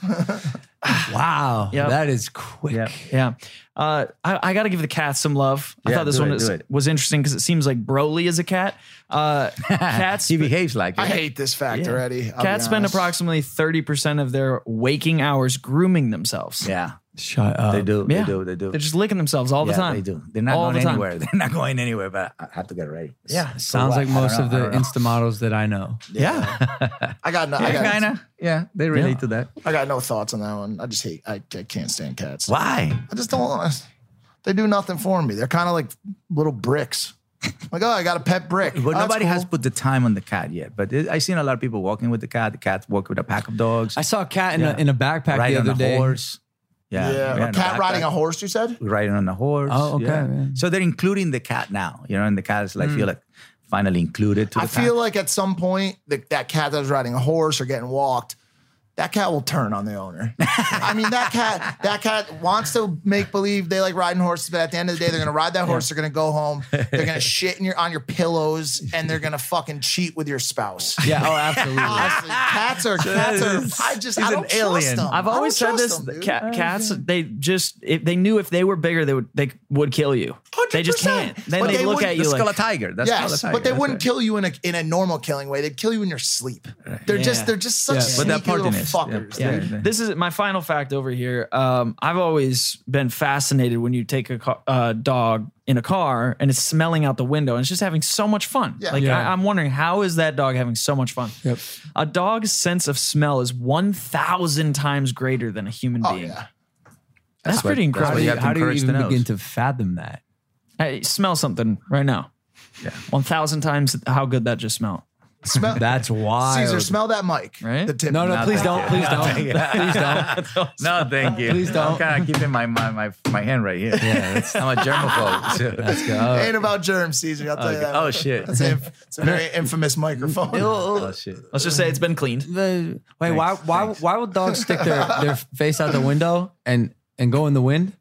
wow. Yep. That is quick. Yeah. Uh, I, I got to give the cats some love. I Yeah, thought this do one it, was, do it. was interesting because it seems like Broly is a cat. Uh, cats. He behaves like it. I hate this fact already. I'll be Cats spend honest. approximately 30% of their waking hours grooming themselves. yeah, Shut up. they do. yeah. They do. They do. They're just licking themselves all the yeah, time. They do. They're not All the going time. anywhere. They're not going anywhere. But I have to get ready. Yeah, Sounds like most of the Insta models that I know. Yeah. I got no. I, Yeah, got, kinda. Yeah, they relate to that. I got no thoughts on that one. I just hate. I, I can't stand cats. Why? I just don't want to. They do nothing for me. They're kind of like little bricks. Like, oh, I got a pet brick. But Oh, that's nobody has cool. put the time on the cat yet. But it, I seen a lot of people walking with the cat. The cat walk with a pack of dogs. I saw a cat in, Yeah. a, in a backpack riding the other on a day. horse. Yeah, Yeah, a cat riding a horse. You said. horse. Riding on a horse. Oh, okay, yeah. yeah. So they're including the cat now, you know, and the cat is like feel like finally included. To the Hmm. I feel like at some point the, that cat that was riding a horse or getting walked, that cat will turn on the owner. I mean, that cat that cat wants to make believe they like riding horses, but at the end of the day, they're gonna ride that horse. They're gonna go home. They're gonna shit in your on your pillows, and they're gonna fucking cheat with your spouse. Yeah, oh, absolutely. Honestly, cats are cats are. I He's just I an don't trust alien. them. I've I don't always said trust this them, that dude. ca- cats they just if they knew if they were bigger they would they would kill you. They just can't. Then But they, they look wouldn't- at the you skull like, of tiger. That's Yes, skull of tiger. but they That's wouldn't right. kill you in a in a normal killing way. They'd kill you in your sleep. They're Yeah. just they're just such Yeah. sneaky But that part little in it, yeah. fuckers. yeah. dude. Yeah. This is my final fact over here. Um, I've always been fascinated when you take a ca- uh, dog in a car and it's smelling out the window and it's just having so much fun. Yeah. Like Yeah. I, I'm wondering how is that dog having so much fun? Yep. A dog's sense of smell is 1,000 times greater than a human Oh being. yeah. That's, what- pretty that's what How do incredible. you, have to how do you encourage the even nose. begin to fathom that? Hey, smell something right now. Yeah. 1,000 times how good that just smelled. Smell That's wild. Caesar, smell that mic. Right? The tip. No, no, Not that please don't, good. please Not don't, please don't. No, thank you. Please don't. I'm kind of keeping my, my my my hand right here. Yeah, I'm a germaphobe. so- Ain't about germs, Caesar. I'll tell you Okay. that. Oh much. shit. It's a, it's a very infamous microphone. Oh shit. Let's just say it's been cleaned. Oh. The- Wait, why, Thanks, why, thanks. why would dogs stick their, their face out the window and and go in the wind?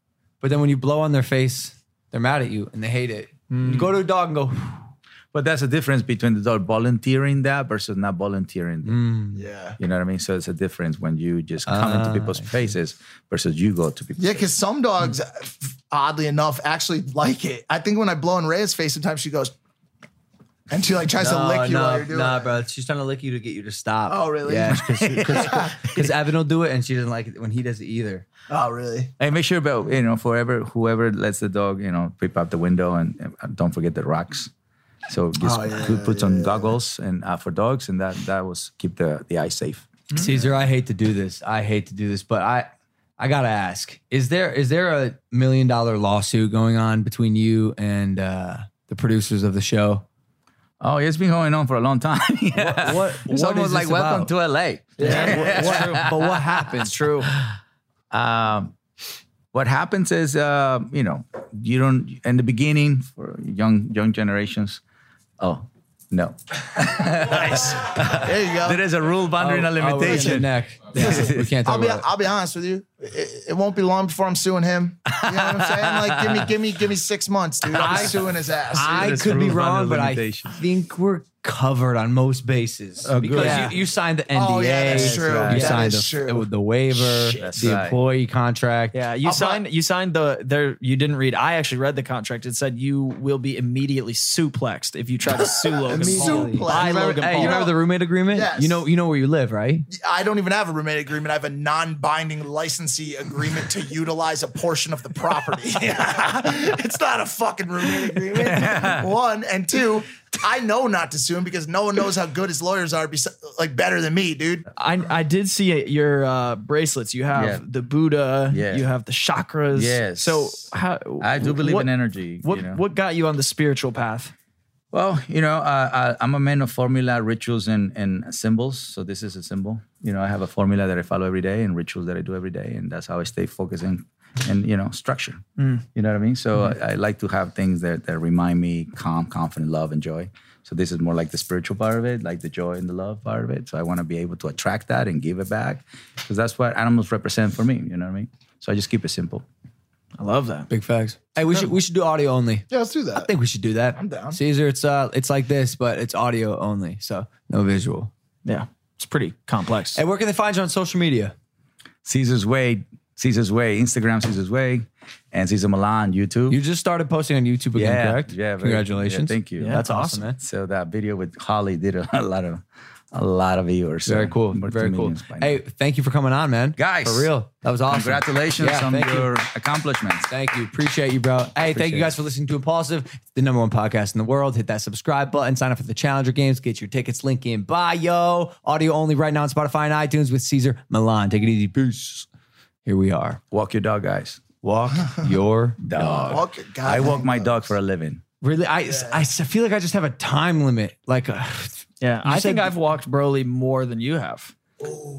But then when you blow on their face, they're mad at you and they hate it. You go to a dog and go, Mm. But that's the difference between the dog volunteering that versus not volunteering. Mm. yeah. You know what I mean? So it's a difference when you just come into people's faces versus you go to people's Ah, Yeah, because some dogs, oddly enough, actually like it. I think when I blow in Rhea's face, sometimes she goes, and she like tries to lick you while Oh, you're doing nah, it. bro. She's trying to lick you to get you to stop. Oh, really? Yeah, because Evan will do it, and she doesn't like it when he does it either. Oh, really? Hey, make sure about you know forever whoever lets the dog you know peep out the window and, and don't forget the rocks. So Oh, just put, put some goggles and uh, for dogs and that that was keep the the eye safe. Mm. Caesar, I hate to do this. I hate to do this, but I I gotta ask: is there is there a million dollar lawsuit going on between you and uh, the producers of the show? Oh, it's been going on for a long time. What it's what almost is like this welcome about? to LA. What- what- but what happens? true. um, what happens is uh, you know you don't in the beginning for young young generations oh no There you go. there is a rule boundary and Oh, a limitation neck. We can't talk I'll be about it. I'll be honest with you. It, it won't be long before I'm suing him. You know what I'm saying? Like, give me give me give me six months, dude. I'm suing his ass. I It's could be rule of wrong, under but I limitations. think we're covered on most bases because Yeah. you, you signed the NDA. Oh, yeah, that's true. You That signed is the, true. it was the waiver, That's the right. employee contract. Yeah, you signed. you signed the there. You didn't read. I actually read the contract. It said you will be immediately suplexed if you try to sue Logan Paul. Suplex. You By remember- Logan Hey, Paul. you remember the roommate agreement? Yes. You know, you know where you live, right? I don't even have a roommate agreement. I have a non-binding licensee agreement to utilize a portion of the property. it's not a fucking roommate agreement. One and two, I know not to sue him because no one knows how good his lawyers are, bes- like better than me, dude. I I did see it, your uh, bracelets. You have Yeah. the Buddha. Yeah. You have the chakras. Yes. So how? i do believe what- in energy What you know? what got you on the spiritual path? Well, you know, uh, I, I'm a man of formula, rituals, and, and symbols. So this is a symbol. You know, I have a formula that I follow every day and rituals that I do every day, and that's how I stay focused and and you know structure. You know what I mean? So I, I like to have things that that remind me calm, confident, love, and joy. So this is more like the spiritual part of it, like the joy and the love part of it. So I want to be able to attract that and give it back because that's what animals represent for me. You know what I mean? So I just keep it simple. I love that. Big facts. Hey, we should we should do audio only. Yeah, let's do that. I think we should do that. I'm down. Caesar, it's uh it's like this, but it's audio only. So no visual. Yeah, it's pretty complex. Hey, where can they find you on social media? Caesar's way, Caesar's way, Instagram, Caesar's way, and Caesar Milan, YouTube. You just started posting on YouTube again, yeah, correct? Yeah, very- Congratulations. yeah, thank you. Yeah, that's awesome. man. So that video with Holly did a lot of a lot of viewers. Very so cool. over Very two cool. millions by now. Hey, thank you for coming on, man. Guys. For real. That was awesome. congratulations Yeah, on thank you. your accomplishments. Thank you. Appreciate you, bro. Hey, thank you Appreciate guys it. for listening to Impulsive. It's the number one podcast in the world. Hit that subscribe button, sign up for the Challenger Games, get your tickets, link in bio. Audio only right now on Spotify and iTunes with Caesar Milan. Take it easy. Peace. Here we are. Walk your dog, guys. Walk your dog. Walk your I goddamn walk my dog for a living. Really, I, I s- feel like I just have a time limit. Like, uh, yeah, I said- think I've walked Broly more than you have.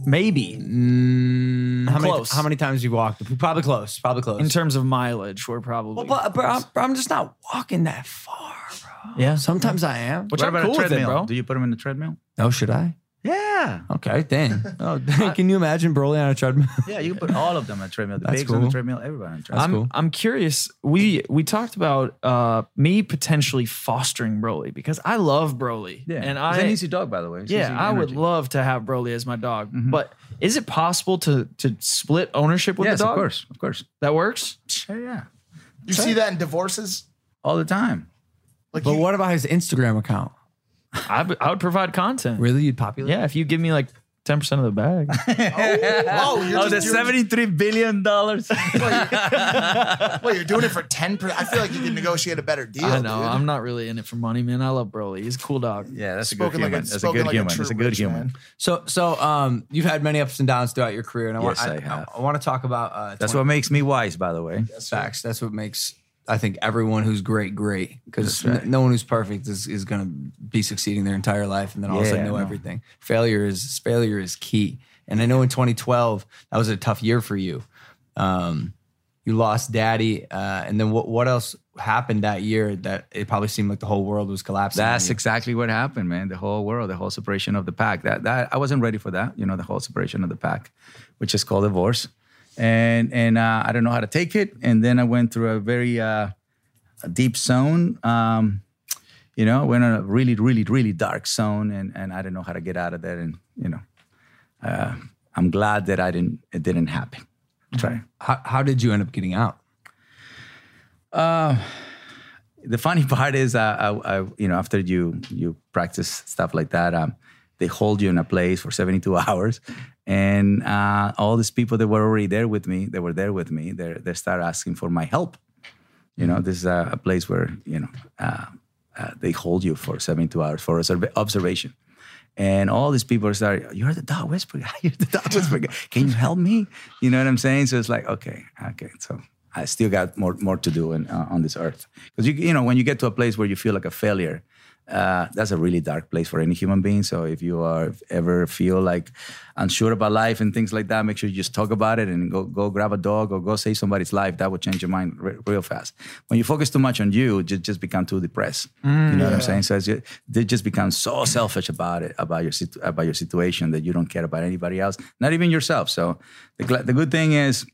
Maybe how many Close. how many times you walked? Probably close. Probably close. in terms of mileage, we're probably. but, but I'm, I'm just not walking that far, bro. yeah. Sometimes I am. Which What I'm about cool a with it, treadmill? bro. Do you put him in the treadmill? Oh, should I? Yeah. Okay, dang. Oh, dang. Can you imagine Broly on a treadmill? Yeah, you can put all of them on a treadmill. The That's pigs on cool. the treadmill, everybody on the treadmill. That's I'm cool. I'm curious. We we talked about uh me potentially fostering Broly because I love Broly. yeah. And He's an I easy dog, by the way. He's yeah, easy I would energy. Mm-hmm. love to have Broly as my dog. But is it possible to to split ownership with Yes, the dog? of course. Of course. That works? Yeah, yeah. You see that in divorces? all the time. Like But you- what about his Instagram account? I would- I would provide content. Really, you'd populate? Yeah, if you give me like 10% of the bag. oh, you're Oh, the just doing, seventy-three billion dollars. wait, you're doing it for ten percent. I feel like you can negotiate a better deal. I know. dude. I'm not really in it for money, man. I love Broly. He's a cool dog. yeah, that's Spoken a good like a- human. that's a spoken good like a human. true that's a good rich human. man. So, so um, you've had many ups and downs throughout your career, and I want, Yes, I, I have. I, want to talk about uh, That's what makes me wise, by the way. facts. That's what makes I think everyone who's great great because no one who's perfect is, is going to be succeeding their entire life and then all of a sudden Yeah, know no. everything. Failure is failure is key. And I know in 2012 that was a tough year for you. Um, you lost daddy, uh, and then what what else happened that year that it probably seemed like the whole world was collapsing. on That's you? exactly what happened, man. The whole world, the whole separation of the pack. That that I wasn't ready for that. You know, the whole separation of the pack, which is called divorce, and and uh, I don't know how to take it. And then I went through a very uh, a deep zone. Um, you know, went on a really, really, really dark zone, and and I didn't know how to get out of that. And you know, uh, I'm glad that I didn't. It didn't happen. Try. how, how did you end up getting out? the funny part is, uh, I, I, you know, after you you practice stuff like that, um, they hold you in a place for 72 hours, and uh, all these people that were already there with me, they were there with me. They they start asking for my help. You know, this is a, a place where you know uh, uh, they hold you for 72 hours for observ- observation. And all these people start, you're the dog whisperer guy, you're the dog whisperer guy. Can you help me? You know what I'm saying? So it's like, okay, okay. So I still got more more to do in, uh, on this earth. Because, you, you know, when you get to a place where you feel like a failure, uh, that's a really dark place for any human being. So if you are if ever feel like unsure about life and things like that, make sure you just talk about it and go go grab a dog or go save somebody's life. That will change your mind re- real fast. When you focus too much on you, just just become too depressed. you know what I'm saying? So it's just, they just become so selfish about it, about your situ- about your situation that you don't care about anybody else, not even yourself. So the gla- the good thing is.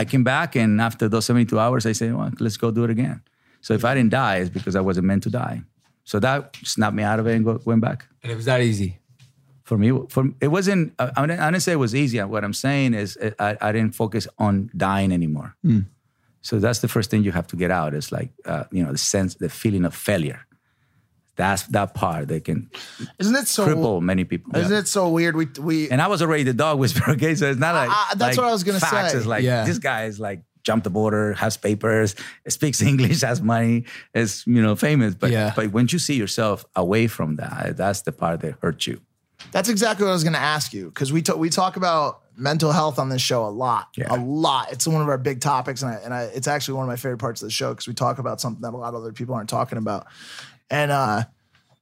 I came back, and after those 72 hours, I said, well, let's go do it again. So if I didn't die, it's because I wasn't meant to die. So that snapped me out of it and go, went back. And it was that easy. For me, for it wasn't. I, I didn't I didn't say it was easy. What I'm saying is, eh, I, I didn't focus on dying anymore. So that's the first thing you have to get out. It's like uh, you know the sense, the feeling of failure. That's that part that can Isn't it so? cripple many people. Isn't Yeah. it so weird? We we And I was already the dog whisperer. Okay, so it's not like I- that's like what I was gonna facts. say. It's like Yeah. this guy is like jumped the border, has papers, speaks English, has money, is you know famous. But Yeah. but when you see yourself away from that, that's the part that hurts you. That's exactly what I was going to ask you because we talk we talk about mental health on this show a lot, Yeah. a lot. It's one of our big topics, and I, and I, it's actually one of my favorite parts of the show because we talk about something that a lot of other people aren't talking about, and uh,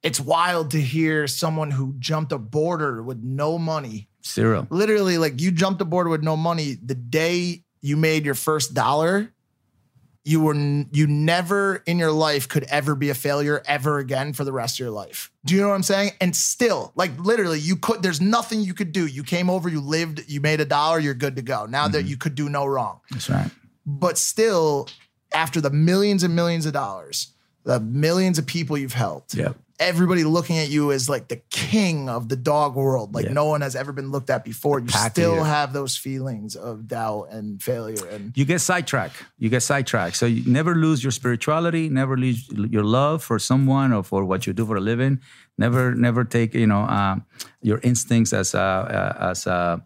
it's wild to hear someone who jumped a border with no money, Zero. literally like you jumped a border with no money the day you made your first dollar. You were n- you never in your life could ever be a failure ever again for the rest of your life. Do you know what I'm saying? And still, like literally, you could. There's nothing you could do. You came over, you lived, you made a dollar, you're good to go. Now that you could do no wrong, That's right. but still, after the millions and millions of dollars, the millions of people you've helped, Yep. everybody looking at you as like the king of the dog world, like Yeah. no one has ever been looked at before. You pack still leader. have those feelings of doubt and failure and. you get sidetracked. You get sidetracked. So you never lose your spirituality, never lose your love for someone or for what you do for a living. Never, never take you know um, your instincts as uh, uh, as uh,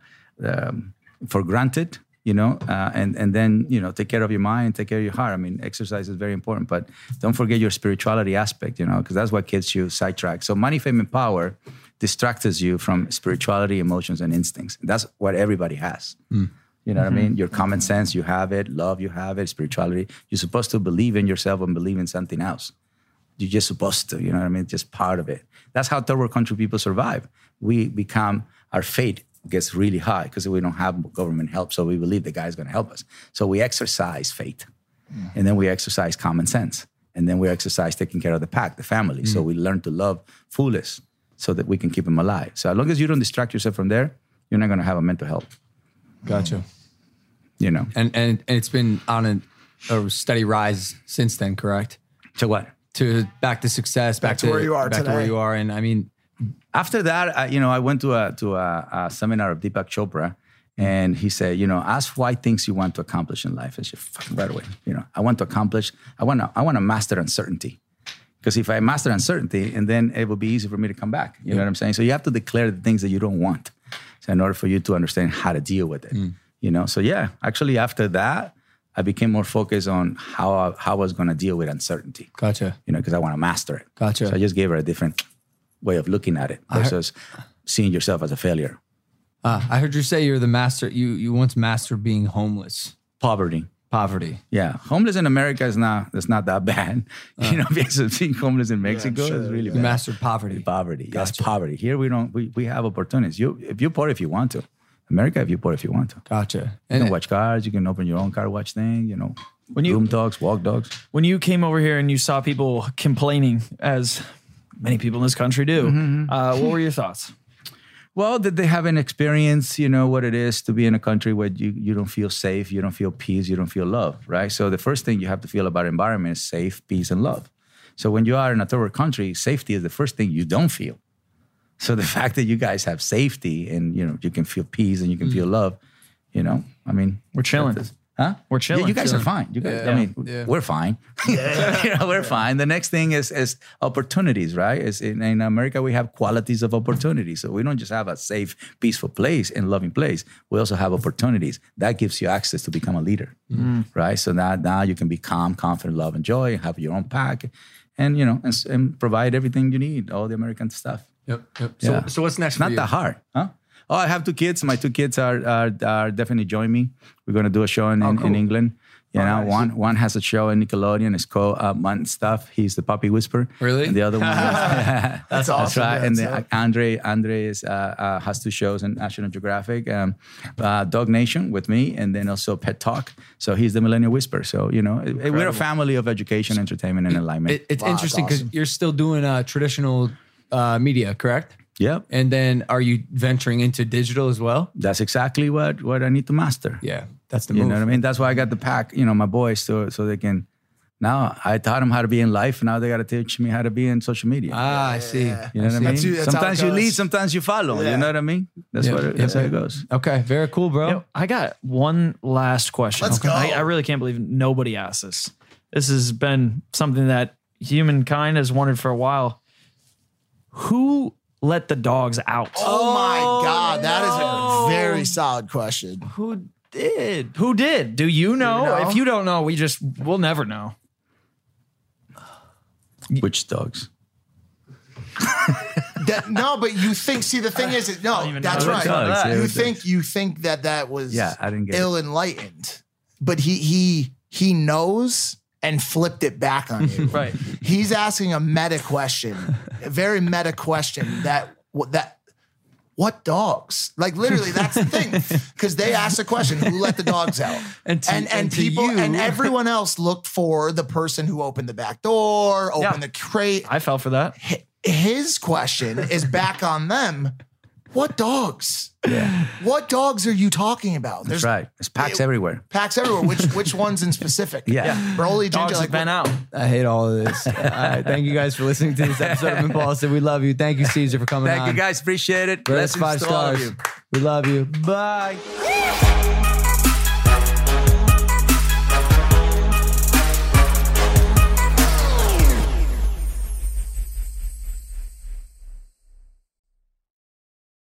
um, for granted. You know, uh, and and then you know take care of your mind, take care of your heart. I mean, exercise is very important, but don't forget your spirituality aspect. You know, because that's what gets you sidetracked. So money, fame, and power distracts you from spirituality, emotions, and instincts. That's what everybody has. You know what I mean? Your common sense, you have it. Love, you have it. Spirituality, you're supposed to believe in yourself and believe in something else. You're just supposed to. You know what I mean? Just part of it. That's how third world country people survive. We become our fate gets really high because we don't have government help, so we believe the guy's going to help us. So we exercise faith, and then we exercise common sense, and then we exercise taking care of the pack, the family. So we learn to love foolish so that we can keep them alive. So as long as you don't distract yourself from there, you're not going to have a mental health. Gotcha. You know. and and, and it's been on a, a steady rise since then, correct? So what? To back to success, back, to where you are back to where today. you are, and I mean, after that, I, you know, I went to a to a, a seminar of Deepak Chopra, And he said, you know, ask five things you want to accomplish in life. I said, fucking right away. You know, I want to accomplish, I want to, I want to master uncertainty. Because if I master uncertainty, and then it will be easy for me to come back. You know what I'm saying? So you have to declare the things that you don't want. So in order for you to understand how to deal with it. You know, so yeah, actually after that, I became more focused on how I, how I was going to deal with uncertainty Gotcha. you know, because I want to master it. Gotcha. So I just gave her a different way of looking at it versus seeing yourself as a failure. Uh, I heard you say you're the master. You you once mastered being homeless, Poverty. poverty. Yeah. Homeless in America is not that's not that bad. Uh. you know, because being homeless in Mexico is really You bad. mastered poverty. poverty. That's poverty. Here we don't we, we have opportunities. You if you poor if you want to. America if you poor if you want to. Gotcha. You And can watch cars, you can open your own car watch thing, you know. When you- room dogs, walk dogs. when you came over here and you saw people complaining, as many people in this country do, Mm-hmm, uh, what were your thoughts? Well, did they have an experience, you know, what it is to be in a country where you, you don't feel safe, you don't feel peace, you don't feel love, right? So the first thing you have to feel about environment is safe, peace, and love. So when you are in a third world country, safety is the first thing you don't feel. So the fact that you guys have safety and you know you can feel peace and you can feel love, you know, I mean Mm. We're chilling. that's- Huh? We're Yeah, chilling. you guys are fine. You guys, I mean, yeah. we're fine. You know, we're fine. The next thing is is opportunities, right? Is in, in America we have qualities of opportunity. So we don't just have a safe, peaceful place and loving place. We also have opportunities. That gives you access to become a leader. Mm. Right? So now now you can be calm, confident, love, and joy, have your own pack, and you know, and, s- and provide everything you need, all the American stuff. Yep, yep. So, Yeah. so what's next It's for not you? that hard, huh? Oh, I have two kids. My two kids are are, are definitely join me. We're gonna do a show in, in, in England. You know, one one has a show in Nickelodeon. It's called uh, Mutt Stuff. He's the puppy whisperer. Really? And the other one. Is, That's awesome. right. And That's then Andre Andre is, uh, uh, has two shows in National Geographic, um, uh, Dog Nation with me, and then also Pet Talk. So he's the Millennial Whisperer. So you know, it- we're a family of education, entertainment, and enlightenment. it, it's Wow, that's interesting because awesome. you're still doing uh, traditional uh, media, correct? yep. And then are you venturing into digital as well? That's exactly what what I need to master. Yeah, that's the You move. know what I mean? That's why I got the pack, you know, my boys, so so they can. Now I taught them how to be in life. Now they got to teach me how to be in social media. Ah, I see. you know what I mean? That's you- that's how it sometimes you lead, goes. sometimes you follow. You know what I mean? That's Yeah, what it, yeah, that's how it goes. Okay, very cool, bro. Yo, I got one last question. Let's go. I, I really can't believe nobody asked this. This has been something that humankind has wanted for a while. Who let the dogs out? Oh my God, that is a very solid question. Who did? Who did? Do you know? know? If you don't know, we just we'll never know. Which dogs? That- no, but you think. See, the thing is, it- no, even that's know. right. Dogs, yeah, you dogs. think you think that that was Yeah, I didn't get it. ill enlightened, but he he he knows and flipped it back on you. Right. He's asking a meta question, a very meta question that what that what dogs? Like literally, that's the thing because they asked the question, "Who let the dogs out?" And to- and, and and to people you- and everyone else looked for the person who opened the back door, opened Yeah. the crate, I fell for that. his question is back on them. What dogs? What dogs are you talking about? That's There's right. It's packs everywhere. packs everywhere. Which which ones in specific? Yeah. Yeah. Broly, Dogs Ginger, have like been out. I hate all of this. all right, thank you guys for listening to this episode of Impulsive. We love you. Thank you, Caesar, for coming Thank on. you guys. Appreciate it. Rate us Blessings five to all of stars. you. We love you. Bye.